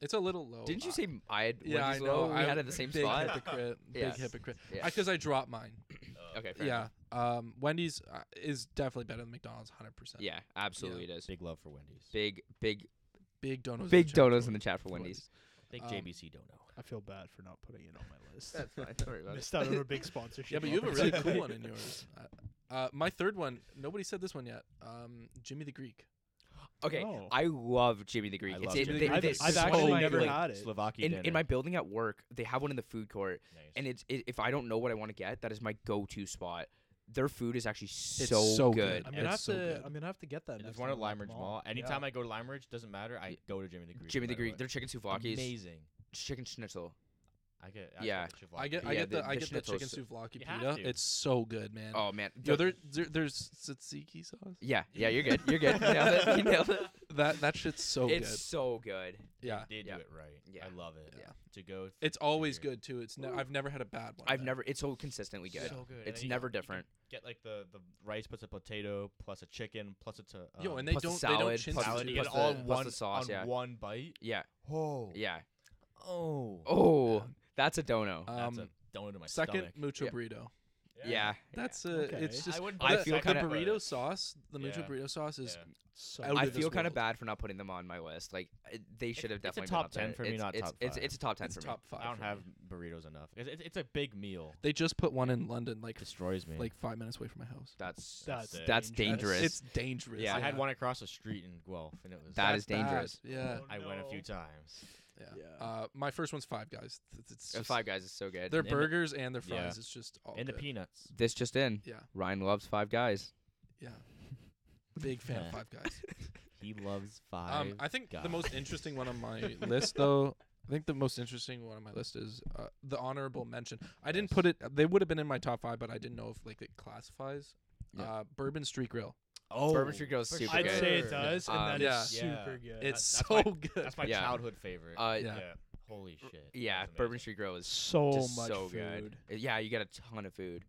Speaker 4: It's a little low.
Speaker 3: Didn't you
Speaker 4: Oh, I-
Speaker 3: say m- I had
Speaker 4: Yeah,
Speaker 3: Wendy's
Speaker 4: I know.
Speaker 3: low? We
Speaker 4: I-
Speaker 3: had it at the same
Speaker 4: big
Speaker 3: spot.
Speaker 4: Hypocrite.
Speaker 3: Yes.
Speaker 4: Big hypocrite.
Speaker 3: Yeah.
Speaker 4: Because I dropped mine.
Speaker 3: okay, fair
Speaker 4: yeah.
Speaker 3: enough.
Speaker 4: Um, Wendy's uh, is definitely better than McDonald's, hundred percent.
Speaker 3: Yeah, absolutely it is.
Speaker 1: Big love for Wendy's.
Speaker 3: Big, big,
Speaker 4: Big donuts.
Speaker 3: big donuts in the chat for
Speaker 4: for
Speaker 3: Wendy's.
Speaker 1: Big
Speaker 4: Um,
Speaker 1: JBC dono.
Speaker 2: I feel bad for not putting it on my list.
Speaker 3: That's fine. Don't worry about
Speaker 2: Missed out on a
Speaker 3: it.
Speaker 2: big sponsorship.
Speaker 4: Yeah, but you have a really cool
Speaker 2: opportunity.
Speaker 4: one in yours. Uh, Uh, my third one. Nobody said this one yet. Um, Jimmy the Greek.
Speaker 3: okay,
Speaker 2: Oh.
Speaker 3: I love Jimmy the Greek.
Speaker 1: I
Speaker 3: It's
Speaker 1: love
Speaker 3: it,
Speaker 1: Jimmy
Speaker 3: they,
Speaker 1: the
Speaker 2: I've,
Speaker 1: Greek.
Speaker 3: it's
Speaker 2: I've
Speaker 3: so
Speaker 2: actually
Speaker 3: good.
Speaker 2: never
Speaker 3: Like,
Speaker 2: had it.
Speaker 1: Slovakia
Speaker 3: in,
Speaker 1: dinner.
Speaker 3: in my building at work, they have one in the food court,
Speaker 1: Nice.
Speaker 3: and it's it, if I don't know what I want to get, that is my go-to spot. Their food is actually so,
Speaker 4: so good.
Speaker 3: good.
Speaker 2: I'm
Speaker 4: I'm
Speaker 2: gonna
Speaker 4: It's
Speaker 2: have
Speaker 4: so
Speaker 2: to.
Speaker 4: good.
Speaker 2: I'm gonna have to get that.
Speaker 1: There's
Speaker 2: next
Speaker 1: one at
Speaker 2: time I'm
Speaker 1: Lime Ridge Mall. Anytime I go to Lime Ridge, doesn't matter. I go to Jimmy the Greek.
Speaker 3: Jimmy
Speaker 1: no
Speaker 3: the
Speaker 1: matter
Speaker 3: Greek,
Speaker 1: what.
Speaker 3: their chicken souvlaki is
Speaker 1: amazing.
Speaker 3: chicken schnitzel.
Speaker 1: I get. I
Speaker 3: Yeah.
Speaker 1: Get the
Speaker 4: I
Speaker 1: souvlaki
Speaker 4: get,
Speaker 1: pizza.
Speaker 4: I
Speaker 3: Yeah,
Speaker 4: get the,
Speaker 3: the-
Speaker 4: I
Speaker 3: the
Speaker 4: get the chicken
Speaker 3: schnitzel
Speaker 4: souvlaki
Speaker 1: You have
Speaker 4: pita.
Speaker 1: to.
Speaker 4: It's so good, man.
Speaker 3: Oh man.
Speaker 4: Yo,
Speaker 3: the-
Speaker 4: there, there, there's tzatziki sauce.
Speaker 3: yeah, yeah, you're good. You're good. You nailed it. You nailed it.
Speaker 4: That that shit's so
Speaker 3: it's
Speaker 4: good.
Speaker 3: so good.
Speaker 4: Yeah,
Speaker 1: They
Speaker 3: Yeah.
Speaker 1: do it right.
Speaker 3: Yeah.
Speaker 1: I love it.
Speaker 3: Yeah.
Speaker 1: To go. f-
Speaker 4: it's always
Speaker 1: Here.
Speaker 4: good too. It's ne- I've never had a bad one.
Speaker 3: I've
Speaker 4: though.
Speaker 3: never. It's so consistently good.
Speaker 1: So good. and
Speaker 3: It's
Speaker 1: then you
Speaker 3: never
Speaker 1: can- you
Speaker 3: different.
Speaker 1: can Get like the, the rice plus a potato plus a chicken plus a to, um,
Speaker 4: Yo, and they
Speaker 3: Plus the
Speaker 4: don't they
Speaker 3: salad,
Speaker 4: don't
Speaker 3: plus the-
Speaker 1: salad.
Speaker 4: salad
Speaker 1: You
Speaker 3: plus
Speaker 1: get it all
Speaker 3: the-
Speaker 1: in
Speaker 3: plus
Speaker 1: one
Speaker 3: the sauce,
Speaker 1: on
Speaker 3: yeah.
Speaker 1: one bite.
Speaker 3: Yeah,
Speaker 1: Oh.
Speaker 3: yeah.
Speaker 1: Oh.
Speaker 3: Oh, that's a dono.
Speaker 1: That's
Speaker 4: Um,
Speaker 1: a donut in my
Speaker 4: second
Speaker 1: stomach.
Speaker 4: mucho
Speaker 3: Yeah.
Speaker 4: burrito.
Speaker 3: yeah. yeah.
Speaker 4: That's uh,
Speaker 2: Okay.
Speaker 4: it's just
Speaker 1: I wouldn't.
Speaker 3: I
Speaker 1: buy a
Speaker 3: feel
Speaker 1: second,
Speaker 4: the
Speaker 1: but-
Speaker 4: burrito sauce. The mucho
Speaker 1: Yeah.
Speaker 4: burrito sauce is
Speaker 1: Yeah.
Speaker 2: So
Speaker 4: Out
Speaker 3: I
Speaker 4: of this
Speaker 3: feel kind of
Speaker 4: world.
Speaker 3: bad for not putting them on my list. Like it- they should
Speaker 1: it's
Speaker 3: have
Speaker 1: a
Speaker 3: definitely
Speaker 1: top
Speaker 3: been
Speaker 1: 10
Speaker 3: up there.
Speaker 1: for me,
Speaker 3: It's-
Speaker 1: not
Speaker 3: it's,
Speaker 1: top
Speaker 3: It's,
Speaker 1: five.
Speaker 3: it's a top ten
Speaker 4: it's
Speaker 3: for me.
Speaker 4: top five.
Speaker 1: I don't
Speaker 4: for
Speaker 1: have
Speaker 4: me.
Speaker 1: burritos enough. It's, it's, it's a big meal.
Speaker 4: They just put one in London, like
Speaker 1: Destroys me.
Speaker 4: like five minutes away from my house.
Speaker 3: That's
Speaker 1: That's
Speaker 2: That's
Speaker 3: that's
Speaker 4: That's-
Speaker 3: dangerous.
Speaker 4: it's dangerous.
Speaker 3: Yeah.
Speaker 1: I had one across the street in Guelph, and it was
Speaker 3: That
Speaker 4: That's
Speaker 3: is dangerous.
Speaker 4: bad. Yeah.
Speaker 1: I went a
Speaker 2: Oh,
Speaker 1: few times.
Speaker 4: Yeah.
Speaker 2: Yeah.
Speaker 4: Uh, my first one's Five Guys. Th- th- It's
Speaker 3: Uh,
Speaker 4: just-
Speaker 3: Five Guys is so good.
Speaker 4: Their
Speaker 1: And the-
Speaker 4: burgers and their
Speaker 1: Yeah.
Speaker 4: fries. It's just all
Speaker 1: And the
Speaker 4: good.
Speaker 1: peanuts.
Speaker 3: This just in.
Speaker 4: Yeah,
Speaker 3: Ryan loves Five Guys.
Speaker 4: yeah. Big fan
Speaker 1: Yeah.
Speaker 4: of Five Guys.
Speaker 1: He loves five.
Speaker 4: Um, I think the
Speaker 1: Guys.
Speaker 4: most interesting one on my list, though. I think the most interesting one on my list is uh, the honorable mention. I didn't
Speaker 1: Yes.
Speaker 4: put it. They would have been in my top five, but I didn't know if like it classifies.
Speaker 3: Yeah.
Speaker 4: Uh, Bourbon Street Grill.
Speaker 1: oh,
Speaker 3: Bourbon Street Girl's
Speaker 1: for
Speaker 3: super
Speaker 2: I'd
Speaker 3: good.
Speaker 2: say it
Speaker 1: sure.
Speaker 2: does,
Speaker 3: Um,
Speaker 2: and that is
Speaker 4: Yeah.
Speaker 1: Yeah.
Speaker 2: super good.
Speaker 4: It's
Speaker 1: that's
Speaker 4: so
Speaker 1: my-
Speaker 4: good.
Speaker 1: That's my
Speaker 3: Yeah.
Speaker 1: childhood favorite.
Speaker 3: Uh,
Speaker 4: Yeah.
Speaker 1: yeah. Holy shit.
Speaker 3: yeah,
Speaker 1: that's
Speaker 3: Bourbon
Speaker 1: amazing.
Speaker 3: Street Grill is
Speaker 2: so
Speaker 3: just
Speaker 2: much
Speaker 3: so
Speaker 2: food.
Speaker 3: good. Uh, Yeah, you get a ton of food.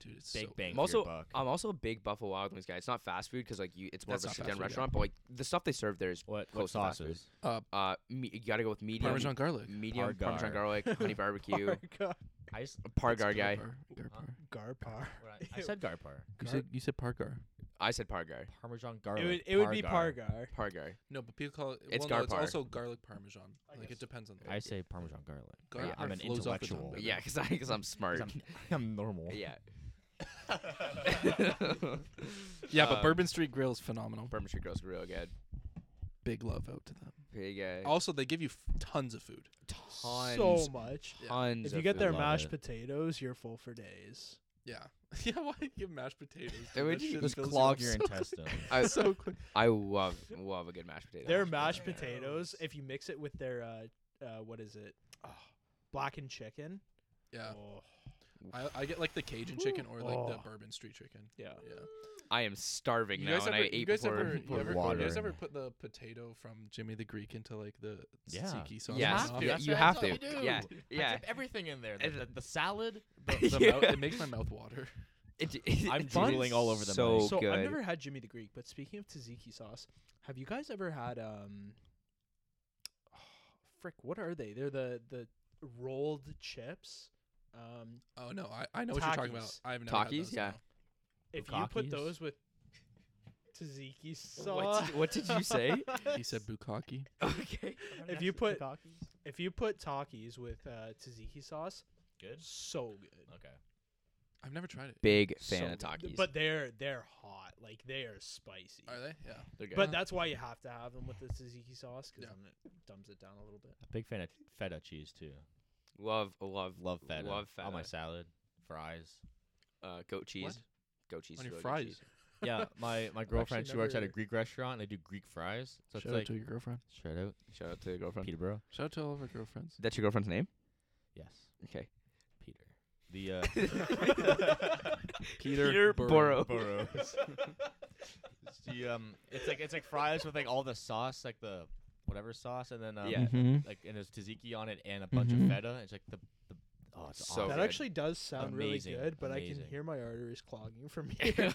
Speaker 4: Dude, it's
Speaker 1: Big
Speaker 4: so
Speaker 1: bang.
Speaker 3: I'm
Speaker 1: for your
Speaker 3: also-
Speaker 1: buck.
Speaker 3: I'm also a big Buffalo Wild Wings guy. It's not fast food because like you, it's more
Speaker 4: That's
Speaker 3: of a
Speaker 4: not
Speaker 3: sit
Speaker 4: fast
Speaker 3: down
Speaker 4: food, yeah.
Speaker 3: restaurant. But like the stuff they serve there is
Speaker 1: what what
Speaker 3: close to fast food.
Speaker 1: sauces?
Speaker 3: uh, me- you gotta go with medium,
Speaker 4: Parmesan garlic.
Speaker 3: medium
Speaker 1: Hard
Speaker 3: Parmesan garlic, honey barbecue,
Speaker 2: Gar-
Speaker 1: I, s-
Speaker 3: pargar guy.
Speaker 2: Garpar.
Speaker 1: what I, I said garpar.
Speaker 4: You
Speaker 2: Gar-
Speaker 4: said you said pargar.
Speaker 3: I said pargar.
Speaker 1: Parmesan garlic.
Speaker 2: It would it would be
Speaker 1: Pargar.
Speaker 2: Pargar.
Speaker 3: Pargar.
Speaker 4: No, but people call it.
Speaker 3: It's
Speaker 4: well, no, it's
Speaker 3: garpar.
Speaker 4: also garlic parmesan. Like
Speaker 2: guess.
Speaker 4: it depends on. The
Speaker 1: I say Parmesan garlic.
Speaker 4: Garlic
Speaker 1: Yeah, I'm an
Speaker 4: flows off the tongue
Speaker 1: intellectual.
Speaker 4: better.
Speaker 3: Yeah, because I, cause I'm smart.
Speaker 1: 'Cause I'm, I'm normal.
Speaker 3: yeah.
Speaker 4: Yeah, but
Speaker 3: Um,
Speaker 4: Bourbon Street Grill is phenomenal.
Speaker 3: Bourbon Street Grill's real good.
Speaker 4: Big love out to them.
Speaker 3: Big uh,
Speaker 4: Also, they give you f- tons of food.
Speaker 3: tons,
Speaker 2: So much.
Speaker 3: tons.
Speaker 2: If you
Speaker 3: of
Speaker 2: get
Speaker 3: food.
Speaker 2: their
Speaker 1: Love
Speaker 2: mashed
Speaker 1: it.
Speaker 2: potatoes, you're full for days.
Speaker 4: Yeah. yeah. Why do you give mashed potatoes?
Speaker 3: It
Speaker 4: dude?
Speaker 3: would
Speaker 4: That
Speaker 3: ju-
Speaker 4: shit
Speaker 1: Just
Speaker 4: fills you
Speaker 1: clog
Speaker 4: up
Speaker 1: your
Speaker 4: so
Speaker 1: intestines.
Speaker 3: I,
Speaker 4: so quick.
Speaker 3: I love love a good mashed potato.
Speaker 2: Their mashed
Speaker 4: potatoes.
Speaker 2: potatoes, if you mix it with their uh, uh what is it? Blackened chicken.
Speaker 4: Yeah.
Speaker 2: Oh,
Speaker 4: I, I get like the Cajun chicken or like
Speaker 2: Oh.
Speaker 4: the Bourbon Street chicken.
Speaker 2: yeah.
Speaker 4: Yeah.
Speaker 3: I am starving
Speaker 4: You
Speaker 3: now,
Speaker 4: guys
Speaker 3: and
Speaker 4: ever?
Speaker 3: I
Speaker 4: you
Speaker 3: ate
Speaker 4: guys
Speaker 3: before.
Speaker 4: ever?
Speaker 1: before
Speaker 4: You ever,
Speaker 1: water
Speaker 4: you guys
Speaker 1: in
Speaker 4: ever
Speaker 1: it.
Speaker 4: put the potato from Jimmy the Greek into like the
Speaker 1: Yeah.
Speaker 4: tzatziki sauce?
Speaker 1: have
Speaker 4: and
Speaker 3: Yes,
Speaker 4: all?
Speaker 1: to.
Speaker 3: yeah,
Speaker 1: That's
Speaker 3: you
Speaker 1: what-
Speaker 3: have
Speaker 1: that's
Speaker 3: to.
Speaker 1: what we do.
Speaker 3: Yeah,
Speaker 1: I
Speaker 3: yeah.
Speaker 1: dip everything in there. The,
Speaker 3: And-
Speaker 1: the, the salad.
Speaker 4: The- the
Speaker 3: Yeah.
Speaker 4: mouth- it makes my mouth water.
Speaker 3: It- it-
Speaker 1: I'm
Speaker 3: it's
Speaker 1: drooling all over the
Speaker 3: so
Speaker 1: place.
Speaker 2: so
Speaker 3: good.
Speaker 2: I've never had Jimmy the Greek, but speaking of tzatziki sauce, have you guys ever had um frick, what are they? They're the the rolled chips. Um
Speaker 4: Oh no, I, I know what you're talking about.
Speaker 2: Takis.
Speaker 4: I've never had
Speaker 3: Takis?
Speaker 4: those,
Speaker 3: Yeah.
Speaker 4: no.
Speaker 2: if you put
Speaker 1: Bukkakis?
Speaker 2: those with tzatziki
Speaker 3: What
Speaker 2: sauce
Speaker 3: did- what did you say?
Speaker 4: He said bukkake.
Speaker 3: okay.
Speaker 2: If you put- if you put Takis with uh, tzatziki sauce,
Speaker 1: good.
Speaker 2: so good.
Speaker 1: Okay.
Speaker 4: I've never tried it.
Speaker 3: Big
Speaker 2: So
Speaker 3: fan of
Speaker 2: good.
Speaker 3: Takis.
Speaker 2: But they're they're hot, like they are spicy.
Speaker 4: Are they? Yeah.
Speaker 3: They're good.
Speaker 2: But
Speaker 4: Yeah.
Speaker 2: that's why you have to have them with the tzatziki sauce because
Speaker 4: Yeah.
Speaker 2: then it dumbs it down a little bit.
Speaker 1: A big fan of feta cheese too.
Speaker 3: love, love,
Speaker 1: Love feta.
Speaker 3: Love feta.
Speaker 1: on my salad, fries.
Speaker 3: uh, goat cheese. Goat cheese.
Speaker 4: On
Speaker 3: is
Speaker 4: your
Speaker 3: really good
Speaker 4: fries.
Speaker 3: cheese.
Speaker 1: Yeah, my my girlfriend she works at a
Speaker 2: never-
Speaker 1: Greek restaurant and they do Greek fries. So
Speaker 4: Shout out
Speaker 1: it's
Speaker 4: to
Speaker 1: like
Speaker 4: your girlfriend.
Speaker 1: shout out
Speaker 3: Shout out to your girlfriend.
Speaker 1: Peterborough.
Speaker 4: Shout out to all of our girlfriends.
Speaker 3: That's your girlfriend's name.
Speaker 1: Yes,
Speaker 3: Okay.
Speaker 1: Peter. The uh,
Speaker 4: Peter
Speaker 3: Burrow.
Speaker 1: Burrows. the um, it's like it's like fries with like all the sauce, like the whatever sauce, and then um,
Speaker 3: Yeah.
Speaker 4: Mm-hmm.
Speaker 1: like and there's tzatziki on it and a bunch
Speaker 4: Mhm.
Speaker 1: of feta. It's like the the oh, it's
Speaker 3: So
Speaker 2: that
Speaker 1: awesome.
Speaker 3: good.
Speaker 2: actually does sound
Speaker 1: Amazing,
Speaker 2: really good, but I
Speaker 1: amazing.
Speaker 2: can hear my arteries clogging from here.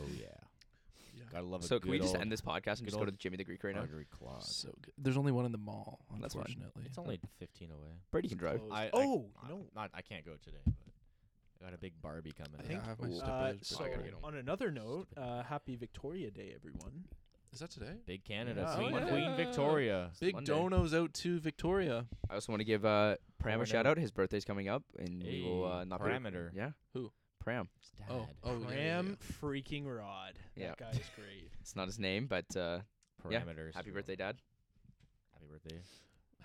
Speaker 1: oh yeah,
Speaker 4: Yeah.
Speaker 1: gotta love it.
Speaker 3: so can we just end
Speaker 1: this
Speaker 3: this podcast and
Speaker 1: good
Speaker 3: just go
Speaker 1: old
Speaker 3: to Jimmy the Greek right now?
Speaker 1: artery clog?
Speaker 4: So good. There's only one in the mall,
Speaker 3: That's fine.
Speaker 4: unfortunately.
Speaker 1: It's only 15 away.
Speaker 3: Brady can drive.
Speaker 2: Closed.
Speaker 1: I- I-
Speaker 2: oh
Speaker 1: I-
Speaker 2: no!
Speaker 1: not I can't go today, but I got a big Barbie coming.
Speaker 4: I
Speaker 1: up.
Speaker 4: think I have my
Speaker 3: Ooh.
Speaker 4: stupid
Speaker 2: Uh,
Speaker 4: Barbie.
Speaker 2: so
Speaker 3: gotta get home.
Speaker 2: on another note,
Speaker 1: Stupid.
Speaker 2: uh, happy Victoria Day, everyone.
Speaker 4: Is that today?
Speaker 1: Big Canada,
Speaker 2: Yeah. Oh,
Speaker 1: Queen,
Speaker 3: yeah.
Speaker 1: Queen Victoria.
Speaker 4: Big
Speaker 3: Monday.
Speaker 4: donos out to Victoria.
Speaker 3: I also want to give uh, Pram a
Speaker 1: Morning.
Speaker 3: shout out. His birthday's coming up, and we will
Speaker 1: Hey,
Speaker 3: uh, not
Speaker 1: parameter.
Speaker 3: Be, yeah.
Speaker 4: Who?
Speaker 3: Pram.
Speaker 4: Oh,
Speaker 1: Dad.
Speaker 4: oh, yeah, yeah, yeah.
Speaker 2: Graham freaking Rod.
Speaker 3: Yeah.
Speaker 2: That guy is great.
Speaker 3: It's not his name, but uh, yeah.
Speaker 1: parameters.
Speaker 3: happy birthday, Dad.
Speaker 1: Happy birthday.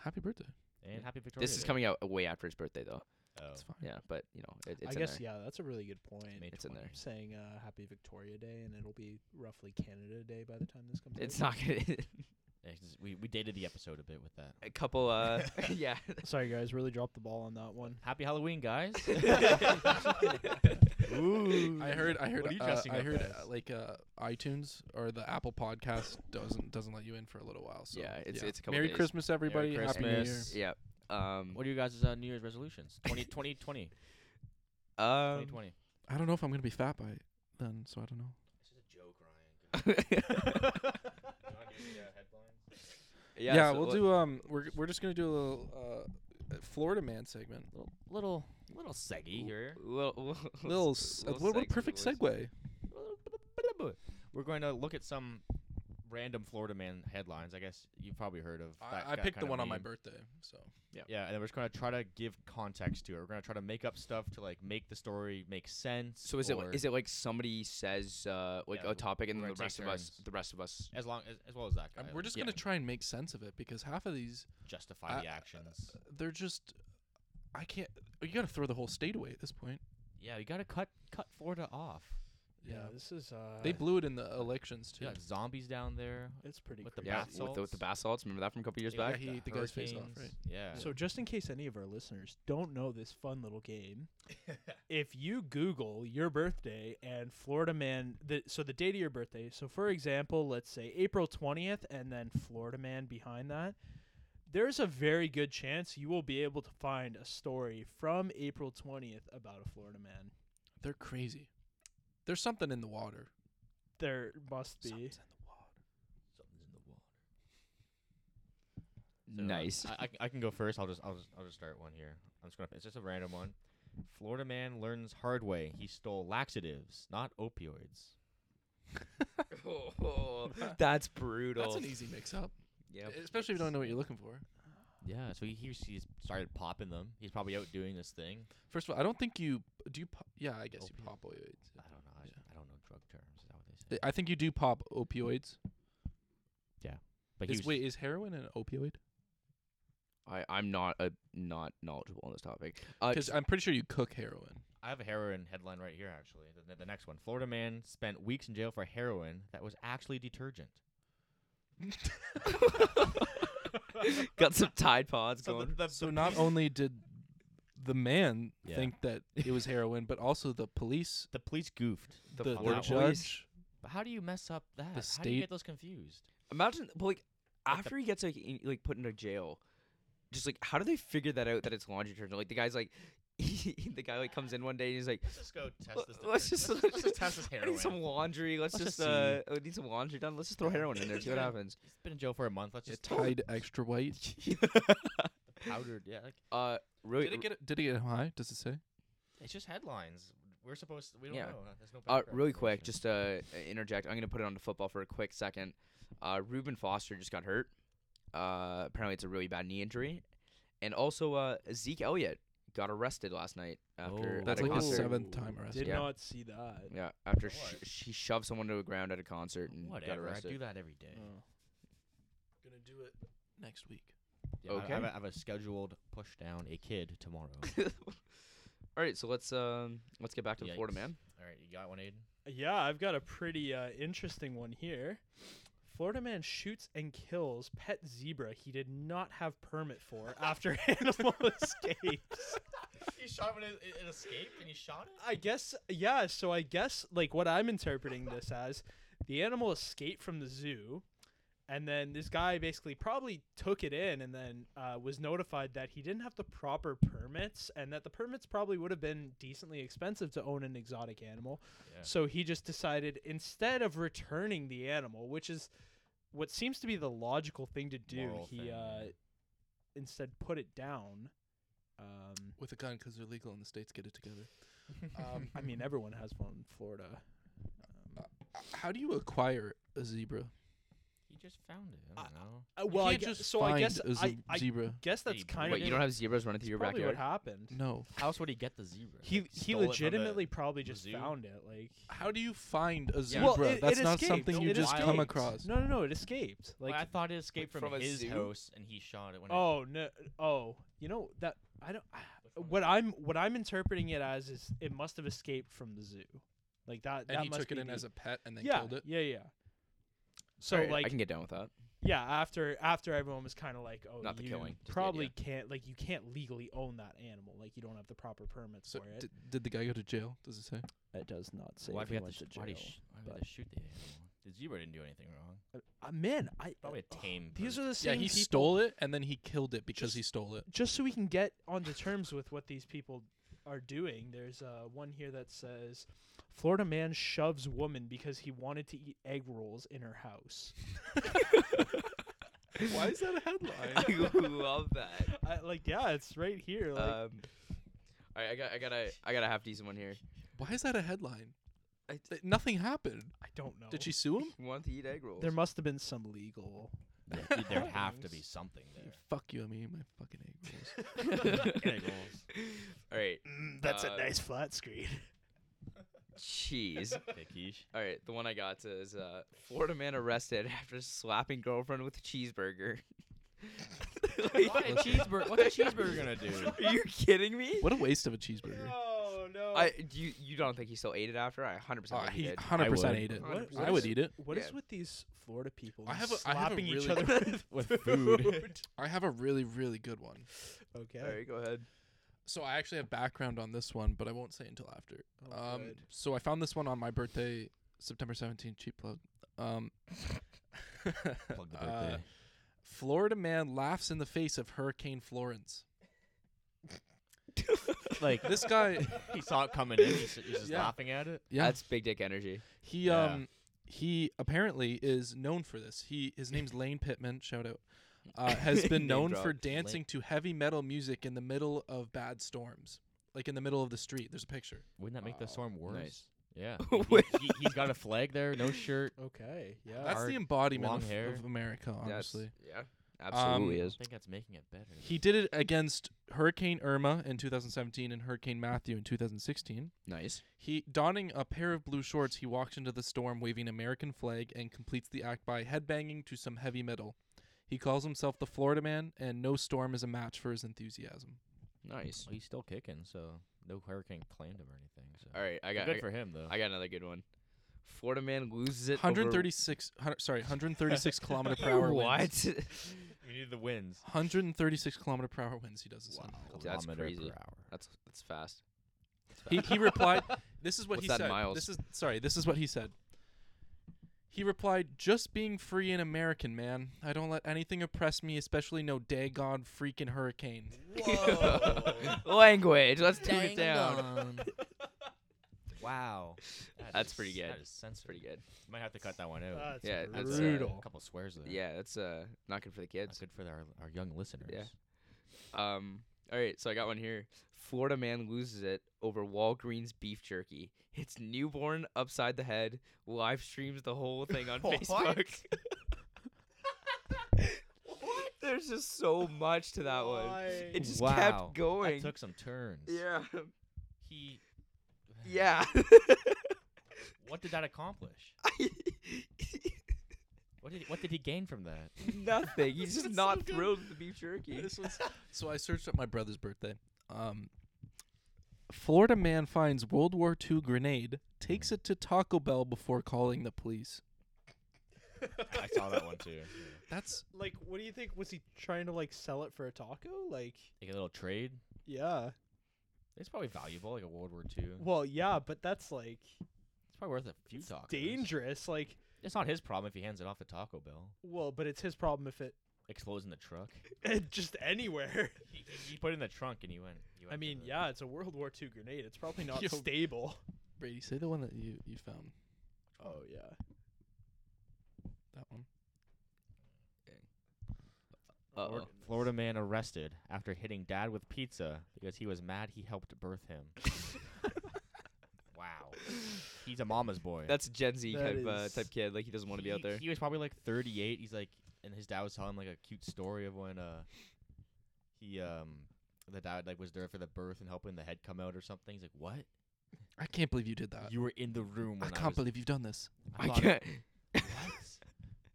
Speaker 4: Happy birthday.
Speaker 1: And happy Victoria.
Speaker 3: This is
Speaker 1: Day.
Speaker 3: coming out way after his birthday, though.
Speaker 1: Oh,
Speaker 4: It's fine.
Speaker 3: Yeah, but you know, it, it's
Speaker 2: I
Speaker 3: in
Speaker 2: guess
Speaker 3: there.
Speaker 2: yeah, that's a really good point.
Speaker 1: May
Speaker 3: It's in
Speaker 1: 20.
Speaker 3: there.
Speaker 2: Saying uh, Happy Victoria Day, and it'll be roughly Canada Day by the time this comes out.
Speaker 3: It's not gonna.
Speaker 1: It's just- we we dated the episode a bit with that.
Speaker 3: A couple, uh, yeah.
Speaker 2: Sorry, guys, really dropped the ball on that one.
Speaker 1: Happy Halloween, guys.
Speaker 3: Ooh.
Speaker 4: I heard. I heard.
Speaker 1: What are you
Speaker 4: uh,
Speaker 1: dressing
Speaker 4: I
Speaker 1: up
Speaker 4: heard.
Speaker 1: as?
Speaker 4: Uh, like uh, iTunes or the Apple Podcast doesn't doesn't let you in for a little while. So
Speaker 3: Yeah, it's- it's a couple
Speaker 4: Merry
Speaker 3: days.
Speaker 4: Christmas, everybody. Happy New Year.
Speaker 1: Christmas.
Speaker 3: yeah. Um.
Speaker 1: what are you guys' uh, New Year's resolutions? 20, 2020.
Speaker 3: um,
Speaker 1: 2020.
Speaker 4: I don't know if I'm gonna be fat by then, so I don't
Speaker 1: This
Speaker 4: know.
Speaker 1: is a joke, Ryan.
Speaker 4: Yeah,
Speaker 3: so
Speaker 4: we'll
Speaker 3: what-
Speaker 4: do. Um, we're we're just gonna do a little uh, Florida man segment.
Speaker 1: little, little, little seggy here.
Speaker 3: We'll, we'll,
Speaker 4: Little, s- uh, what, what a perfect segue.
Speaker 1: We're going to look at some random Florida man headlines. I guess you've probably heard of. that
Speaker 4: I, I
Speaker 1: ki-
Speaker 4: picked the
Speaker 1: kinda
Speaker 4: one on my
Speaker 1: meme.
Speaker 4: birthday, so
Speaker 1: Yeah, and then we're just going to try to give context to it. We're going to try to make up stuff to like make the story make sense.
Speaker 3: So is it
Speaker 1: or-
Speaker 3: like, is it like somebody says uh, like
Speaker 1: Yeah,
Speaker 3: a topic and
Speaker 1: we're gonna
Speaker 3: then the
Speaker 1: take
Speaker 3: rest of us
Speaker 1: turns.
Speaker 3: the rest of us
Speaker 1: as long as, as well as that guy?
Speaker 4: Um, we're
Speaker 1: like,
Speaker 4: just
Speaker 3: yeah.
Speaker 4: gonna try and make sense of it because half of these
Speaker 1: justify
Speaker 4: I- uh,
Speaker 1: the actions.
Speaker 4: they're just. I can't. You gotta throw the whole state away at this point.
Speaker 1: yeah, you got to cut cut Florida off.
Speaker 2: Yeah, this is uh,
Speaker 4: they blew it in the elections too.
Speaker 1: You got zombies down there.
Speaker 2: It's pretty
Speaker 1: with the
Speaker 2: crazy.
Speaker 3: yeah
Speaker 1: bath
Speaker 3: with the, with the
Speaker 1: salts?
Speaker 3: bath salts remember that from a couple years
Speaker 1: They got
Speaker 3: back
Speaker 4: he
Speaker 1: the
Speaker 4: ate the guy's face off,
Speaker 1: hurricanes.
Speaker 4: right?
Speaker 1: Yeah.
Speaker 2: So just in case any of our listeners don't know this fun little game, if you Google your birthday and Florida man, the, so the date of your birthday. So for example, let's say April twentieth, and then Florida man behind that. There's a very good chance you will be able to find a story from April twentieth about a Florida man.
Speaker 4: They're crazy. There's something in the water.
Speaker 2: There must be.
Speaker 4: Something's in the water.
Speaker 1: Something's in the water. So, uh,
Speaker 3: nice
Speaker 1: I, I c- I can go first. I'll just I'll just I'll just start one here. I'm just gonna. It's just a random one. Florida man learns hard way he stole laxatives, not opioids.
Speaker 3: that's brutal
Speaker 4: That's an e, easy mix-up,
Speaker 3: yeah
Speaker 4: especially if you don't know what you're looking for.
Speaker 1: Yeah. So he he, s- he started popping them. He's probably out doing this thing.
Speaker 4: First of all, I don't think you do. You pop, yeah, I guess you
Speaker 1: Opium.
Speaker 4: pop opioids.
Speaker 1: I don't know. I,
Speaker 4: Yeah.
Speaker 1: I don't know drug terms. Is that what they say?
Speaker 4: Th- I think you do pop opioids.
Speaker 1: But he
Speaker 4: Is,
Speaker 1: was,
Speaker 4: wait, is heroin an opioid?
Speaker 3: I, I'm not a not knowledgeable on this topic. Uh,
Speaker 4: Because I'm pretty sure you cook heroin.
Speaker 1: I have a heroin headline right here. Actually, the, the next one. Florida man spent weeks in jail for heroin that was actually detergent.
Speaker 3: got some Tide Pods
Speaker 1: So the-
Speaker 3: going.
Speaker 1: the-
Speaker 4: So
Speaker 1: the
Speaker 4: not
Speaker 1: police-
Speaker 4: only did the man
Speaker 1: Yeah.
Speaker 4: think that it was heroin, but also the police,
Speaker 1: the police goofed.
Speaker 4: the,
Speaker 1: on
Speaker 4: the
Speaker 1: that
Speaker 4: judge.
Speaker 1: one. But how do you mess up that? how do you
Speaker 4: state-
Speaker 1: get those confused?
Speaker 3: Imagine, but like,
Speaker 1: Like the-
Speaker 3: after he gets like in, like put into jail, just like how do they figure that out that it's laundry detergent? Like the guy's like, the guy like comes in one day and he's like,
Speaker 1: Let's just go test this. detergent. let's,
Speaker 3: let's just
Speaker 1: just- let's just test this
Speaker 3: I
Speaker 1: heroin.
Speaker 3: need some laundry. Let's,
Speaker 1: Let's
Speaker 3: just,
Speaker 1: just
Speaker 3: uh, I need some laundry done. Let's just throw heroin in there. See what
Speaker 1: Yeah.
Speaker 3: happens.
Speaker 1: He's been in jail for a month. Let's
Speaker 4: Yeah,
Speaker 1: just
Speaker 4: Tide extra white.
Speaker 1: powdered. Yeah, like,
Speaker 3: uh, really,
Speaker 4: Did it get did it get high? Does it say?
Speaker 1: it's just headlines. We're supposed. we don't
Speaker 3: Yeah.
Speaker 1: know. There's no.
Speaker 3: Uh,
Speaker 1: background
Speaker 3: really quick,
Speaker 1: information.
Speaker 3: just to uh, interject, I'm going to put it onto football for a quick second. Uh, Reuben Foster just got hurt. Uh, apparently, it's a really bad knee injury. And also, uh, Zeke Elliott got arrested last night after
Speaker 1: Oh.
Speaker 3: at
Speaker 4: That's
Speaker 3: a
Speaker 4: like the
Speaker 3: concert.
Speaker 4: seventh time
Speaker 2: Did
Speaker 4: arrested.
Speaker 3: Yeah.
Speaker 2: not see that.
Speaker 3: Yeah, after
Speaker 1: For
Speaker 3: sh-
Speaker 1: what?
Speaker 3: she shoved someone to the ground at a concert and got
Speaker 1: whatever. I
Speaker 3: arrested.
Speaker 1: do that every day.
Speaker 2: Oh.
Speaker 4: Gonna do it next week.
Speaker 1: Yeah, I- I, have
Speaker 3: Okay.
Speaker 1: a, I have a scheduled push down a kid tomorrow.
Speaker 3: All right, so let's um let's get back to the Florida
Speaker 1: Yikes.
Speaker 3: man.
Speaker 1: All right, you got one, Aiden.
Speaker 2: Yeah, I've got a pretty uh, interesting one here. Florida man shoots and kills pet zebra he did not have permit for after animal escapes.
Speaker 1: he shot him in, in escape, and he shot it.
Speaker 2: I guess yeah, so I guess like what I'm interpreting this as the animal escaped from the zoo and then this guy basically probably took it in and then uh, was notified that he didn't have the proper permits and that the permits probably would have been decently expensive to own an exotic animal.
Speaker 1: Yeah.
Speaker 2: So he just decided instead of returning the animal, which is what seems to be the logical thing to do,
Speaker 1: Moral
Speaker 2: he
Speaker 1: thing, yeah.
Speaker 2: uh, instead put it down. Um,
Speaker 4: With a gun because they're legal in the states. Get it together. Um,
Speaker 2: I mean, everyone has one in Florida. Um,
Speaker 4: Uh, how do you acquire a zebra?
Speaker 1: He just found it. I
Speaker 2: I-
Speaker 1: don't know.
Speaker 2: uh, well, I
Speaker 4: can't
Speaker 2: guess,
Speaker 4: just
Speaker 2: so
Speaker 4: find
Speaker 2: I guess
Speaker 4: a
Speaker 2: I,
Speaker 4: ze-
Speaker 2: I
Speaker 4: zebra.
Speaker 2: guess
Speaker 1: Hey,
Speaker 2: that's
Speaker 1: but
Speaker 2: kind
Speaker 3: Wait,
Speaker 2: of
Speaker 3: you don't have zebras running through your
Speaker 2: probably what
Speaker 3: backyard?
Speaker 2: happened.
Speaker 4: No.
Speaker 1: How else would he get the zebra?
Speaker 2: He
Speaker 1: Like, stole it
Speaker 2: he
Speaker 1: from the-
Speaker 2: legitimately probably just
Speaker 1: zoo?
Speaker 2: found it. Like
Speaker 4: How do you find a
Speaker 1: Yeah.
Speaker 4: zebra?
Speaker 1: Well,
Speaker 2: it-
Speaker 4: That's
Speaker 2: it
Speaker 4: not
Speaker 2: escaped.
Speaker 4: something
Speaker 1: No,
Speaker 4: you
Speaker 1: it
Speaker 4: just come
Speaker 1: escaped.
Speaker 4: across.
Speaker 2: no, no, no, it escaped.
Speaker 1: Like,
Speaker 2: Like
Speaker 1: I thought it escaped
Speaker 3: from
Speaker 1: from,
Speaker 3: a
Speaker 1: his
Speaker 3: zoo?
Speaker 1: house, and he shot it. When It,
Speaker 2: oh no, oh, you know that I don't.
Speaker 1: Which one
Speaker 2: what
Speaker 1: is it?
Speaker 2: I'm what I'm interpreting it as is it must have escaped from the zoo, like that.
Speaker 4: And
Speaker 2: that
Speaker 4: he
Speaker 2: must
Speaker 4: took it
Speaker 2: be
Speaker 4: in
Speaker 2: the-
Speaker 4: as a pet and then
Speaker 2: yeah,
Speaker 4: killed it.
Speaker 2: Yeah, yeah. So
Speaker 3: All right, I
Speaker 2: like
Speaker 3: can get down with that.
Speaker 2: yeah, after after everyone was kind of like, oh,
Speaker 3: Not the
Speaker 2: you
Speaker 3: killing, just the
Speaker 2: probably can't like you can't legally own that animal. Like you don't have the proper permits
Speaker 4: So
Speaker 2: for it.
Speaker 4: d- did the guy go to jail? Does it say?
Speaker 2: it does not say
Speaker 1: Why
Speaker 2: if
Speaker 1: do we
Speaker 2: he
Speaker 1: have to
Speaker 2: went
Speaker 1: sh-
Speaker 2: to
Speaker 1: why do you
Speaker 2: jail.
Speaker 1: sh- why do
Speaker 2: but-
Speaker 1: they shoot the animal? The zebra didn't do anything wrong.
Speaker 2: Uh, man, I
Speaker 1: Probably a
Speaker 2: ugh,
Speaker 1: tame.
Speaker 2: These
Speaker 1: bird.
Speaker 2: are the
Speaker 4: Yeah,
Speaker 2: same.
Speaker 4: he
Speaker 2: people-
Speaker 4: stole it and then he killed it because he stole it.
Speaker 2: just so we can get onto terms with what these people are doing, there's uh, one here that says Florida man shoves woman because he wanted to eat egg rolls in her house.
Speaker 4: Why is that a headline?
Speaker 3: I love that.
Speaker 2: I, like, yeah, it's right here. Like,
Speaker 3: Um, all right, I got, I gotta, I gotta have decent one here.
Speaker 4: Why is that a headline?
Speaker 3: I-
Speaker 4: Th- nothing happened.
Speaker 2: I don't know.
Speaker 4: Did she sue him?
Speaker 3: You want to eat egg rolls?
Speaker 2: There must have been some legal.
Speaker 1: Yeah, there have to be
Speaker 2: Things.
Speaker 1: something there.
Speaker 4: Fuck you, I mean my fucking egg rolls.
Speaker 1: Egg rolls.
Speaker 3: all right,
Speaker 4: Mm,
Speaker 2: that's
Speaker 3: Uh,
Speaker 2: a nice flat screen.
Speaker 3: cheese.
Speaker 1: Okay, quiche.
Speaker 3: All right, the one I got is uh, Florida man arrested after slapping girlfriend with a cheeseburger.
Speaker 1: Why a cheeseburger? What's a cheeseburger gonna do?
Speaker 3: Are you kidding me?
Speaker 4: what a waste of a cheeseburger.
Speaker 2: Oh no!
Speaker 3: I do you, you don't think he still ate it after? I 100%
Speaker 4: Uh,
Speaker 3: think he
Speaker 4: he
Speaker 3: did.
Speaker 4: hundred percent
Speaker 1: I
Speaker 4: ate it.
Speaker 2: would. What-
Speaker 4: I would eat it.
Speaker 2: What is
Speaker 3: Yeah.
Speaker 2: with these Florida people?
Speaker 4: I
Speaker 2: and
Speaker 4: have a- I
Speaker 2: slapping
Speaker 4: have a
Speaker 2: each
Speaker 4: really-
Speaker 2: other with,
Speaker 1: With food.
Speaker 4: I have a really, really good one.
Speaker 2: okay.
Speaker 3: All right, go ahead.
Speaker 4: So I actually have background on this one, but I won't say until after.
Speaker 2: Oh,
Speaker 4: um,
Speaker 2: good.
Speaker 4: so I found this one on my birthday, September 17th. Cheap plug. Um,
Speaker 1: Plug the
Speaker 4: uh,
Speaker 1: birthday.
Speaker 4: Florida man laughs in the face of Hurricane Florence.
Speaker 1: like
Speaker 4: This guy,
Speaker 1: he saw it coming in. He's, he's just
Speaker 4: Yeah.
Speaker 1: laughing at it.
Speaker 4: yeah,
Speaker 3: That's big dick energy.
Speaker 4: he
Speaker 1: Yeah.
Speaker 4: um he apparently is known for this. He his name's Lane Pittman. Shout out. Uh, has been
Speaker 3: Name
Speaker 4: known
Speaker 3: drop.
Speaker 4: for
Speaker 3: Lane-
Speaker 4: dancing to heavy metal music in the middle of bad storms, like in the middle of the street. There's a picture.
Speaker 1: Wouldn't that make the
Speaker 4: Wow.
Speaker 1: storm worse?
Speaker 3: Nice.
Speaker 1: Yeah. He, he, has got a flag there. No shirt.
Speaker 2: Okay. Yeah.
Speaker 4: That's
Speaker 1: Uh, Hard,
Speaker 4: the embodiment
Speaker 1: long
Speaker 4: of,
Speaker 1: hair.
Speaker 4: of America,
Speaker 3: That's-
Speaker 4: honestly.
Speaker 3: yeah, absolutely
Speaker 1: I
Speaker 3: is.
Speaker 1: think that's making it better.
Speaker 4: He did it against Hurricane Irma in 2017 and Hurricane Matthew in 2016.
Speaker 3: Nice.
Speaker 4: He donning a pair of blue shorts, he walks into the storm waving American flag and completes the act by headbanging to some heavy metal. He calls himself the Florida man and no storm is a match for his enthusiasm.
Speaker 3: Nice.
Speaker 1: Well, he's still kicking, so no hurricane claimed him or anything. So.
Speaker 3: All right, I
Speaker 1: Well,
Speaker 3: got,
Speaker 1: good
Speaker 3: I got,
Speaker 1: for him though.
Speaker 3: I got another good one. Florida man loses it. over-
Speaker 4: 136 hun- sorry, 136 kilometer per hour winds.
Speaker 3: What?
Speaker 1: we need the wins.
Speaker 4: 136 kilometer per hour winds he does this on.
Speaker 3: That's
Speaker 1: Kilometer per
Speaker 3: crazy.
Speaker 1: hour.
Speaker 3: that's that's fast. That's
Speaker 4: He,
Speaker 3: fast.
Speaker 4: he replied, "This is what
Speaker 3: What's
Speaker 4: he
Speaker 3: that in
Speaker 4: said.
Speaker 3: miles?
Speaker 4: This is sorry. This is what he said. He replied, "Just being free and American, man. I don't let anything oppress me, especially no daggone freaking hurricane."
Speaker 3: Language. Let's tune it down.
Speaker 4: Um,
Speaker 1: wow.
Speaker 3: That's pretty good.
Speaker 1: That is
Speaker 3: That's pretty good.
Speaker 1: Might have to cut that one out.
Speaker 2: That's
Speaker 3: Yeah, that's, uh,
Speaker 1: A
Speaker 2: brutal.
Speaker 1: couple swears there.
Speaker 3: Yeah, that's uh not good for the
Speaker 1: That's
Speaker 3: kids.
Speaker 1: good for our, our young listeners.
Speaker 3: Um. All right, so I got one here. Florida man loses it over Walgreens beef jerky. Hits newborn upside the head. Live streams the whole thing on
Speaker 1: What?
Speaker 3: Facebook. There's just so much to that one. It just
Speaker 1: Wow.
Speaker 3: kept
Speaker 1: That
Speaker 3: going.
Speaker 1: took some turns.
Speaker 3: yeah.
Speaker 1: He.
Speaker 3: Yeah.
Speaker 1: What did that accomplish? What did what did he gain from that?
Speaker 3: Nothing. He's just
Speaker 4: It's so
Speaker 3: not
Speaker 4: good.
Speaker 3: thrilled with the beef jerky.
Speaker 4: This one's- so I searched up my brother's birthday. Um, Florida man finds World War II grenade, takes it to Taco Bell before calling the police.
Speaker 1: I saw that one too. yeah.
Speaker 4: That's
Speaker 2: Like, what do you think? Was he trying to like sell it for a taco? Like,
Speaker 1: Like a little trade.
Speaker 2: yeah.
Speaker 1: It's probably valuable, like a World War II.
Speaker 2: Well, yeah, but that's like
Speaker 1: It's probably worth a few tacos.
Speaker 2: dangerous. Like,
Speaker 1: It's not his problem if he hands it off to Taco Bell.
Speaker 2: well, but it's his problem if it,
Speaker 1: Explodes in the truck.
Speaker 2: just anywhere.
Speaker 1: He, he put it in the trunk and he went. He went
Speaker 2: I
Speaker 1: to
Speaker 2: mean,
Speaker 1: the-
Speaker 2: yeah, it's a World War II grenade. It's probably not
Speaker 4: Yo.
Speaker 2: stable.
Speaker 4: Brady. Say the one that you you found.
Speaker 2: Oh yeah.
Speaker 4: That one.
Speaker 3: Uh-oh.
Speaker 1: Flor- Florida man arrested after hitting dad with pizza because he was mad he helped birth him. wow. He's a mama's boy.
Speaker 3: That's a Gen Z
Speaker 2: That
Speaker 3: type uh,
Speaker 2: is-
Speaker 3: type kid. Like he doesn't want to be out
Speaker 1: He-
Speaker 3: there.
Speaker 1: He was probably like 38. He's like, and his dad was telling like a cute story of when uh he um the dad like was there for the birth and helping the head come out or something. He's like, what?
Speaker 4: I can't believe you did that.
Speaker 1: you were in the room.
Speaker 4: Uh, I
Speaker 1: When I,
Speaker 4: can't
Speaker 1: was,
Speaker 4: believe you've done this.
Speaker 1: I,
Speaker 3: I
Speaker 1: thought,
Speaker 3: can't.
Speaker 1: What?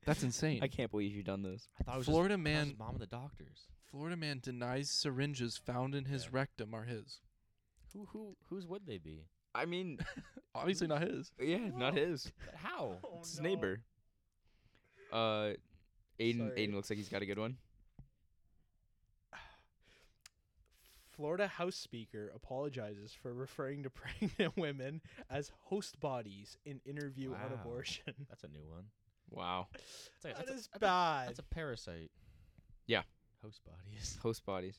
Speaker 4: That's insane.
Speaker 3: I can't believe you've done this.
Speaker 1: I thought it was just-
Speaker 4: Florida
Speaker 1: I thought it was
Speaker 4: man
Speaker 1: his mom and the doctors.
Speaker 4: Florida man denies syringes found in his
Speaker 1: Yeah.
Speaker 4: rectum are his.
Speaker 1: Who who whose would they be?
Speaker 3: I mean,
Speaker 4: Obviously not his.
Speaker 3: yeah, not
Speaker 1: No.
Speaker 3: his.
Speaker 1: But How?
Speaker 2: Oh,
Speaker 3: It's his neighbor. Uh, Aiden,
Speaker 2: Sorry.
Speaker 3: Aiden looks like he's got a good one.
Speaker 2: Florida House Speaker apologizes for referring to pregnant women as host bodies in interview on
Speaker 1: Wow.
Speaker 2: abortion.
Speaker 1: That's a new one.
Speaker 3: Wow.
Speaker 1: That's a-
Speaker 2: that
Speaker 1: that's a-
Speaker 2: is
Speaker 1: that's a-
Speaker 2: bad.
Speaker 1: That's a parasite.
Speaker 3: Yeah.
Speaker 1: Host bodies.
Speaker 3: Host bodies.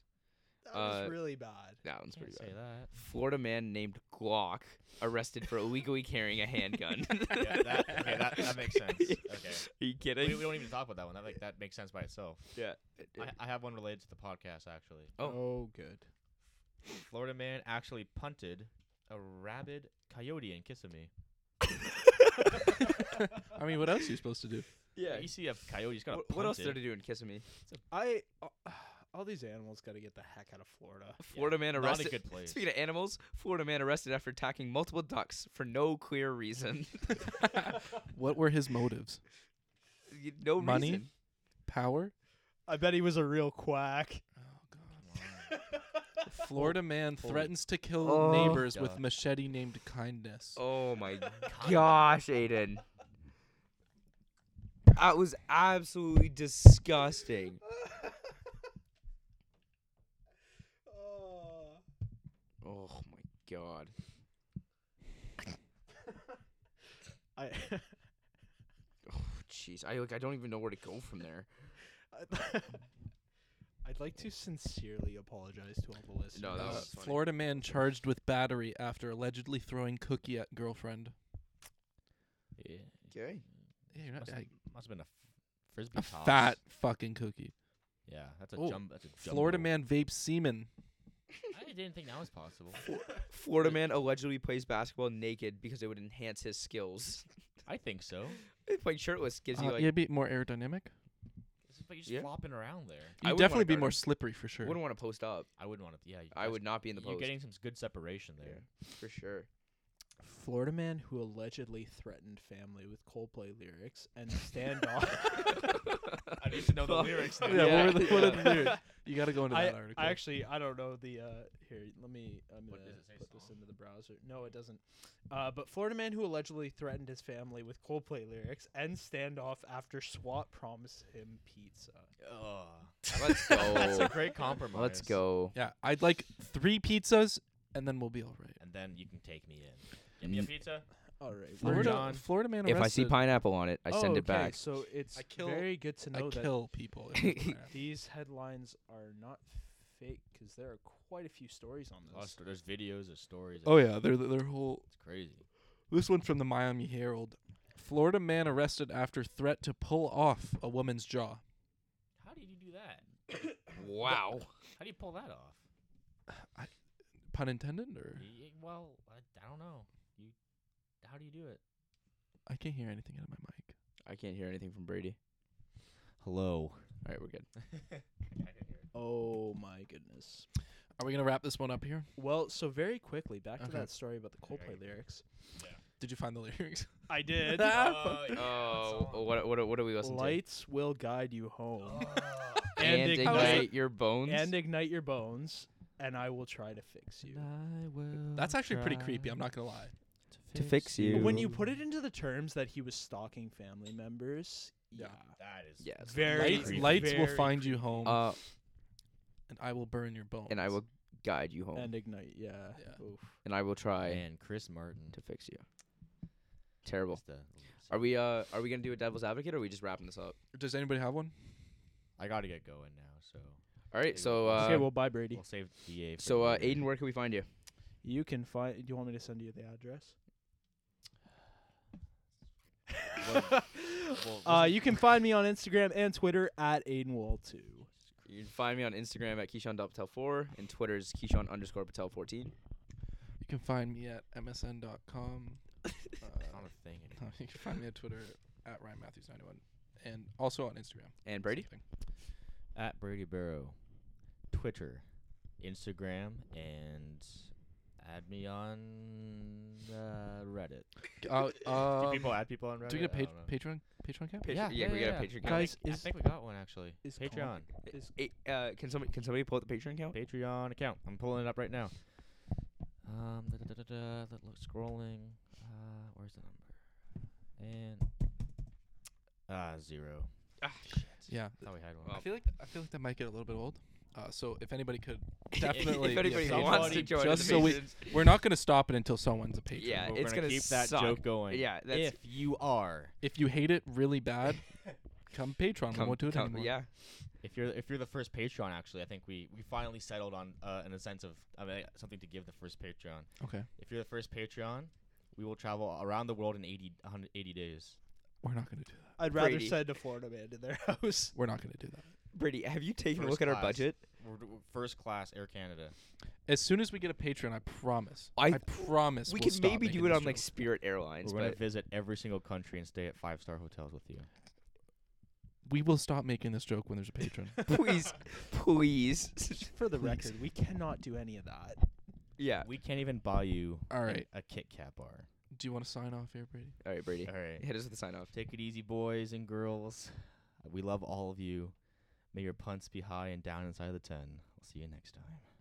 Speaker 2: that is
Speaker 3: uh,
Speaker 2: really bad.
Speaker 3: That one's pretty
Speaker 1: Can't say
Speaker 3: bad.
Speaker 1: that.
Speaker 3: Florida man named Glock arrested for illegally carrying a handgun.
Speaker 1: yeah, that, okay, that, that makes sense. Okay.
Speaker 3: Are you kidding?
Speaker 1: We, we don't even talk about that one. That like that makes sense by itself. I, I have one related to the podcast actually.
Speaker 3: Oh.
Speaker 2: good.
Speaker 1: Florida man actually punted a rabid coyote in Kissimmee.
Speaker 4: I mean, what else are you supposed to do?
Speaker 3: yeah.
Speaker 1: You see a coyote, he's got
Speaker 3: What,
Speaker 1: a
Speaker 3: what else did they do in Kissimmee?
Speaker 2: I uh, all these animals got to get the heck out of Florida.
Speaker 3: Florida man
Speaker 1: Not a
Speaker 3: arrested.
Speaker 1: good place.
Speaker 3: Speaking of animals, Florida man arrested after attacking multiple ducks for no clear reason.
Speaker 4: What were his motives?
Speaker 3: Y- no
Speaker 4: Money?
Speaker 3: reason.
Speaker 4: Power?
Speaker 2: I bet he was a real quack.
Speaker 4: Oh God. Florida man
Speaker 1: holy-
Speaker 4: threatens to kill
Speaker 3: Oh.
Speaker 4: neighbors
Speaker 1: Duh.
Speaker 4: with machete named kindness.
Speaker 3: Oh my gosh, Aiden. That was absolutely disgusting.
Speaker 2: Oh.
Speaker 3: Oh my god.
Speaker 2: I
Speaker 3: Oh jeez. I like I don't even know where to go from there.
Speaker 2: I'd like to sincerely apologize to all the listeners.
Speaker 3: No, Oh, that
Speaker 4: Uh,
Speaker 3: was funny.
Speaker 4: Florida man charged with battery after allegedly throwing cookie at girlfriend.
Speaker 1: Yeah.
Speaker 3: Okay.
Speaker 4: Yeah, you're not,
Speaker 1: Must,
Speaker 4: I,
Speaker 1: must have been a f- frisbee
Speaker 4: a
Speaker 1: toss.
Speaker 4: fat fucking cookie.
Speaker 1: Yeah, that's a
Speaker 4: Oh,
Speaker 1: jump. That's a jumbo.
Speaker 4: Florida man vapes semen.
Speaker 1: I didn't think that was possible.
Speaker 3: Florida man allegedly plays basketball naked because it would enhance his skills.
Speaker 1: I think so.
Speaker 3: Playing shirtless gives you
Speaker 4: Uh,
Speaker 3: like
Speaker 4: yeah, be more aerodynamic.
Speaker 1: It's just- But you're just
Speaker 3: Yeah.
Speaker 1: flopping around there.
Speaker 3: I
Speaker 4: You'd
Speaker 3: wouldn't wanna
Speaker 4: definitely be
Speaker 3: guard
Speaker 4: more
Speaker 3: him.
Speaker 4: slippery for
Speaker 3: I
Speaker 4: sure.
Speaker 3: wouldn't want to post up.
Speaker 1: I wouldn't want to. Yeah, you-
Speaker 3: I
Speaker 1: that's-
Speaker 3: would not be in the
Speaker 1: You're
Speaker 3: post
Speaker 1: getting some good separation there.
Speaker 3: for sure.
Speaker 2: Florida man who allegedly threatened family with Coldplay lyrics and standoff.
Speaker 1: I need to know the lyrics.
Speaker 4: yeah,
Speaker 1: Now.
Speaker 3: Yeah.
Speaker 4: What were the, what are
Speaker 3: Yeah.
Speaker 4: the lyrics? You got to go into
Speaker 2: I,
Speaker 4: that article.
Speaker 2: I actually I don't know the uh here let me I'm
Speaker 1: What
Speaker 2: gonna
Speaker 1: does it say,
Speaker 2: put this
Speaker 1: song?
Speaker 2: into the browser. No, it doesn't. Uh, but Florida man who allegedly threatened his family with Coldplay lyrics and standoff after SWAT promised him pizza.
Speaker 1: Ugh.
Speaker 3: Let's
Speaker 1: That's a
Speaker 3: go.
Speaker 1: great compromise.
Speaker 3: Oh. Let's go.
Speaker 4: yeah, I'd like three pizzas, and then we'll be all right.
Speaker 1: And then you can take me in. Give me a
Speaker 3: Mm.
Speaker 1: pizza.
Speaker 2: All right, we're
Speaker 1: Florida-
Speaker 4: Florida,
Speaker 2: done.
Speaker 4: Florida man
Speaker 3: If I see
Speaker 4: arrested.
Speaker 3: pineapple on it, I
Speaker 2: Oh,
Speaker 3: send
Speaker 2: okay,
Speaker 3: it back.
Speaker 2: So it's
Speaker 4: I kill-
Speaker 2: very good to
Speaker 4: I
Speaker 2: know that
Speaker 4: kill people. if it's pineapple.
Speaker 2: these headlines are not fake because there are quite a few stories on
Speaker 1: Oh,
Speaker 2: this.
Speaker 1: st- there's videos of stories.
Speaker 4: oh yeah, they're their whole
Speaker 1: It's crazy.
Speaker 4: This one from the Miami Herald. Florida man arrested after threat to pull off a woman's jaw.
Speaker 1: How did you do that?
Speaker 3: Wow.
Speaker 1: How do you pull that off?
Speaker 4: Pun intended, or
Speaker 1: Y- y- well, I, I don't know. You, how do you do it?
Speaker 4: I can't hear anything out of my mic.
Speaker 3: I can't hear anything from Brady.
Speaker 1: Hello.
Speaker 3: All right, we're good.
Speaker 2: Oh my goodness.
Speaker 4: Are we gonna wrap this one up here?
Speaker 2: Well, so very quickly back to
Speaker 4: Okay.
Speaker 2: that story about the Coldplay
Speaker 1: Alright.
Speaker 2: lyrics.
Speaker 4: Did you find the lyrics?
Speaker 2: I did.
Speaker 1: uh,
Speaker 2: uh,
Speaker 3: Oh, what what what do we listen
Speaker 2: Lights will guide you home
Speaker 3: to? oh. And
Speaker 2: I was-
Speaker 3: ignite your bones.
Speaker 2: and ignite your bones, and I will try to fix you.
Speaker 4: That's actually pretty creepy. I'm not gonna lie.
Speaker 3: to fix you.
Speaker 2: But when you put it into the terms that he was stalking family members, yeah,
Speaker 4: Yeah.
Speaker 1: That is.
Speaker 3: Yeah, it's
Speaker 2: very
Speaker 4: Lights,
Speaker 1: creepy.
Speaker 4: lights will
Speaker 2: very
Speaker 4: find you home,
Speaker 3: uh,
Speaker 4: and I will burn your bones.
Speaker 3: and I will guide you home,
Speaker 2: and ignite, yeah,
Speaker 4: Yeah.
Speaker 2: Oof.
Speaker 3: and I will try
Speaker 1: And Chris Martin.
Speaker 3: to fix you. Terrible.
Speaker 1: is the-
Speaker 3: Are we uh are we gonna do a devil's advocate or are we just wrapping this up?
Speaker 4: Does anybody have one?
Speaker 1: I gotta get going now, so
Speaker 3: All right, so uh,
Speaker 2: okay, well, bye, Brady.
Speaker 1: we'll save DA. For
Speaker 3: so uh,
Speaker 1: later.
Speaker 3: Aiden, where can we find you?
Speaker 2: You can find. Do you want me to send you the address?
Speaker 1: Well,
Speaker 2: Uh, you can find me on Instagram and Twitter at AidenWall2.
Speaker 3: You can find me on Instagram at Keyshawn.Patel4 and Twitter is Keyshawn underscore Patel14.
Speaker 4: You can find me at msn.com. Uh,
Speaker 1: it's not a thing. anymore.
Speaker 4: you can find me at Twitter at Ryan Matthews 91, and also on Instagram.
Speaker 3: And Brady?
Speaker 4: Same thing.
Speaker 1: at Brady Barrow, Twitter, Instagram, and add me on uh, Reddit.
Speaker 4: Uh,
Speaker 1: Do
Speaker 4: um,
Speaker 1: people add people on Reddit?
Speaker 4: do we get a
Speaker 1: I
Speaker 4: pa-
Speaker 1: don't know. Oh.
Speaker 4: Patreon? Patreon cap?
Speaker 3: Patreon- yeah, we got a Patreon
Speaker 1: I
Speaker 2: Guys,
Speaker 1: think, I
Speaker 2: is-
Speaker 1: think we got one actually.
Speaker 2: is
Speaker 1: Patreon,
Speaker 2: Is
Speaker 3: Eight, uh, can somebody can somebody pull up the Patreon
Speaker 1: oh.
Speaker 3: account?
Speaker 1: Patreon account. I'm pulling it up right now. Um, da, da, da, da, da, that looks scrolling. Uh, where's the number? And uh, zero.
Speaker 3: Ah,
Speaker 4: Yeah.
Speaker 1: Thought we had one.
Speaker 3: Well,
Speaker 4: I feel like I feel like that might get a little bit old. Uh, so if anybody could
Speaker 3: If-
Speaker 4: definitely,
Speaker 3: if anybody
Speaker 1: somebody-
Speaker 3: wants to join
Speaker 4: just
Speaker 3: the
Speaker 4: so we-
Speaker 3: Masons-
Speaker 4: we're not gonna stop it until someone's a patron.
Speaker 3: yeah,
Speaker 1: But we're
Speaker 3: it's
Speaker 1: gonna
Speaker 3: gonna
Speaker 1: keep that
Speaker 3: suck.
Speaker 1: joke going.
Speaker 3: Yeah, that's
Speaker 1: if you are,
Speaker 4: If you hate it really bad, come patron. we
Speaker 3: come-
Speaker 4: won't do it
Speaker 3: come-
Speaker 4: anymore.
Speaker 3: Yeah,
Speaker 1: if you're, if you're the first Patreon, actually, I think we, we finally settled on, uh, in a sense of, I mean, something to give the first Patreon.
Speaker 4: Okay.
Speaker 1: If you're the first Patreon, we will travel around the world in 80, 180 days.
Speaker 4: We're not gonna do that.
Speaker 2: I'd rather
Speaker 3: Brady.
Speaker 2: send a Florida man to their house.
Speaker 4: We're not gonna do that.
Speaker 3: Brady, have you taken a
Speaker 1: First
Speaker 3: look at our
Speaker 1: class.
Speaker 3: budget?
Speaker 1: We're, d- we're first class Air Canada.
Speaker 4: As soon as we get a patron, I promise.
Speaker 3: I-
Speaker 4: I, promise.
Speaker 3: we
Speaker 4: we'll
Speaker 3: could
Speaker 4: stop
Speaker 3: maybe
Speaker 4: making
Speaker 3: do it
Speaker 4: this
Speaker 3: on like
Speaker 4: joke.
Speaker 3: Spirit Airlines,
Speaker 1: We're going
Speaker 3: but
Speaker 1: to visit every single country and stay at five star hotels with you.
Speaker 4: We will stop making this joke when there's a patron.
Speaker 3: please, please,
Speaker 2: Just for the
Speaker 4: Please.
Speaker 2: record, we cannot do any of that.
Speaker 3: yeah.
Speaker 1: We can't even buy you
Speaker 4: Uh, All
Speaker 1: an-
Speaker 4: right.
Speaker 1: a Kit Kat bar.
Speaker 4: Do you want to sign off here, Brady?
Speaker 3: All right, Brady,
Speaker 1: All right.
Speaker 3: hit us with the sign off.
Speaker 1: Take it easy, boys and girls. We love all of you. May your punts be high and down inside the 10. We'll see you next time.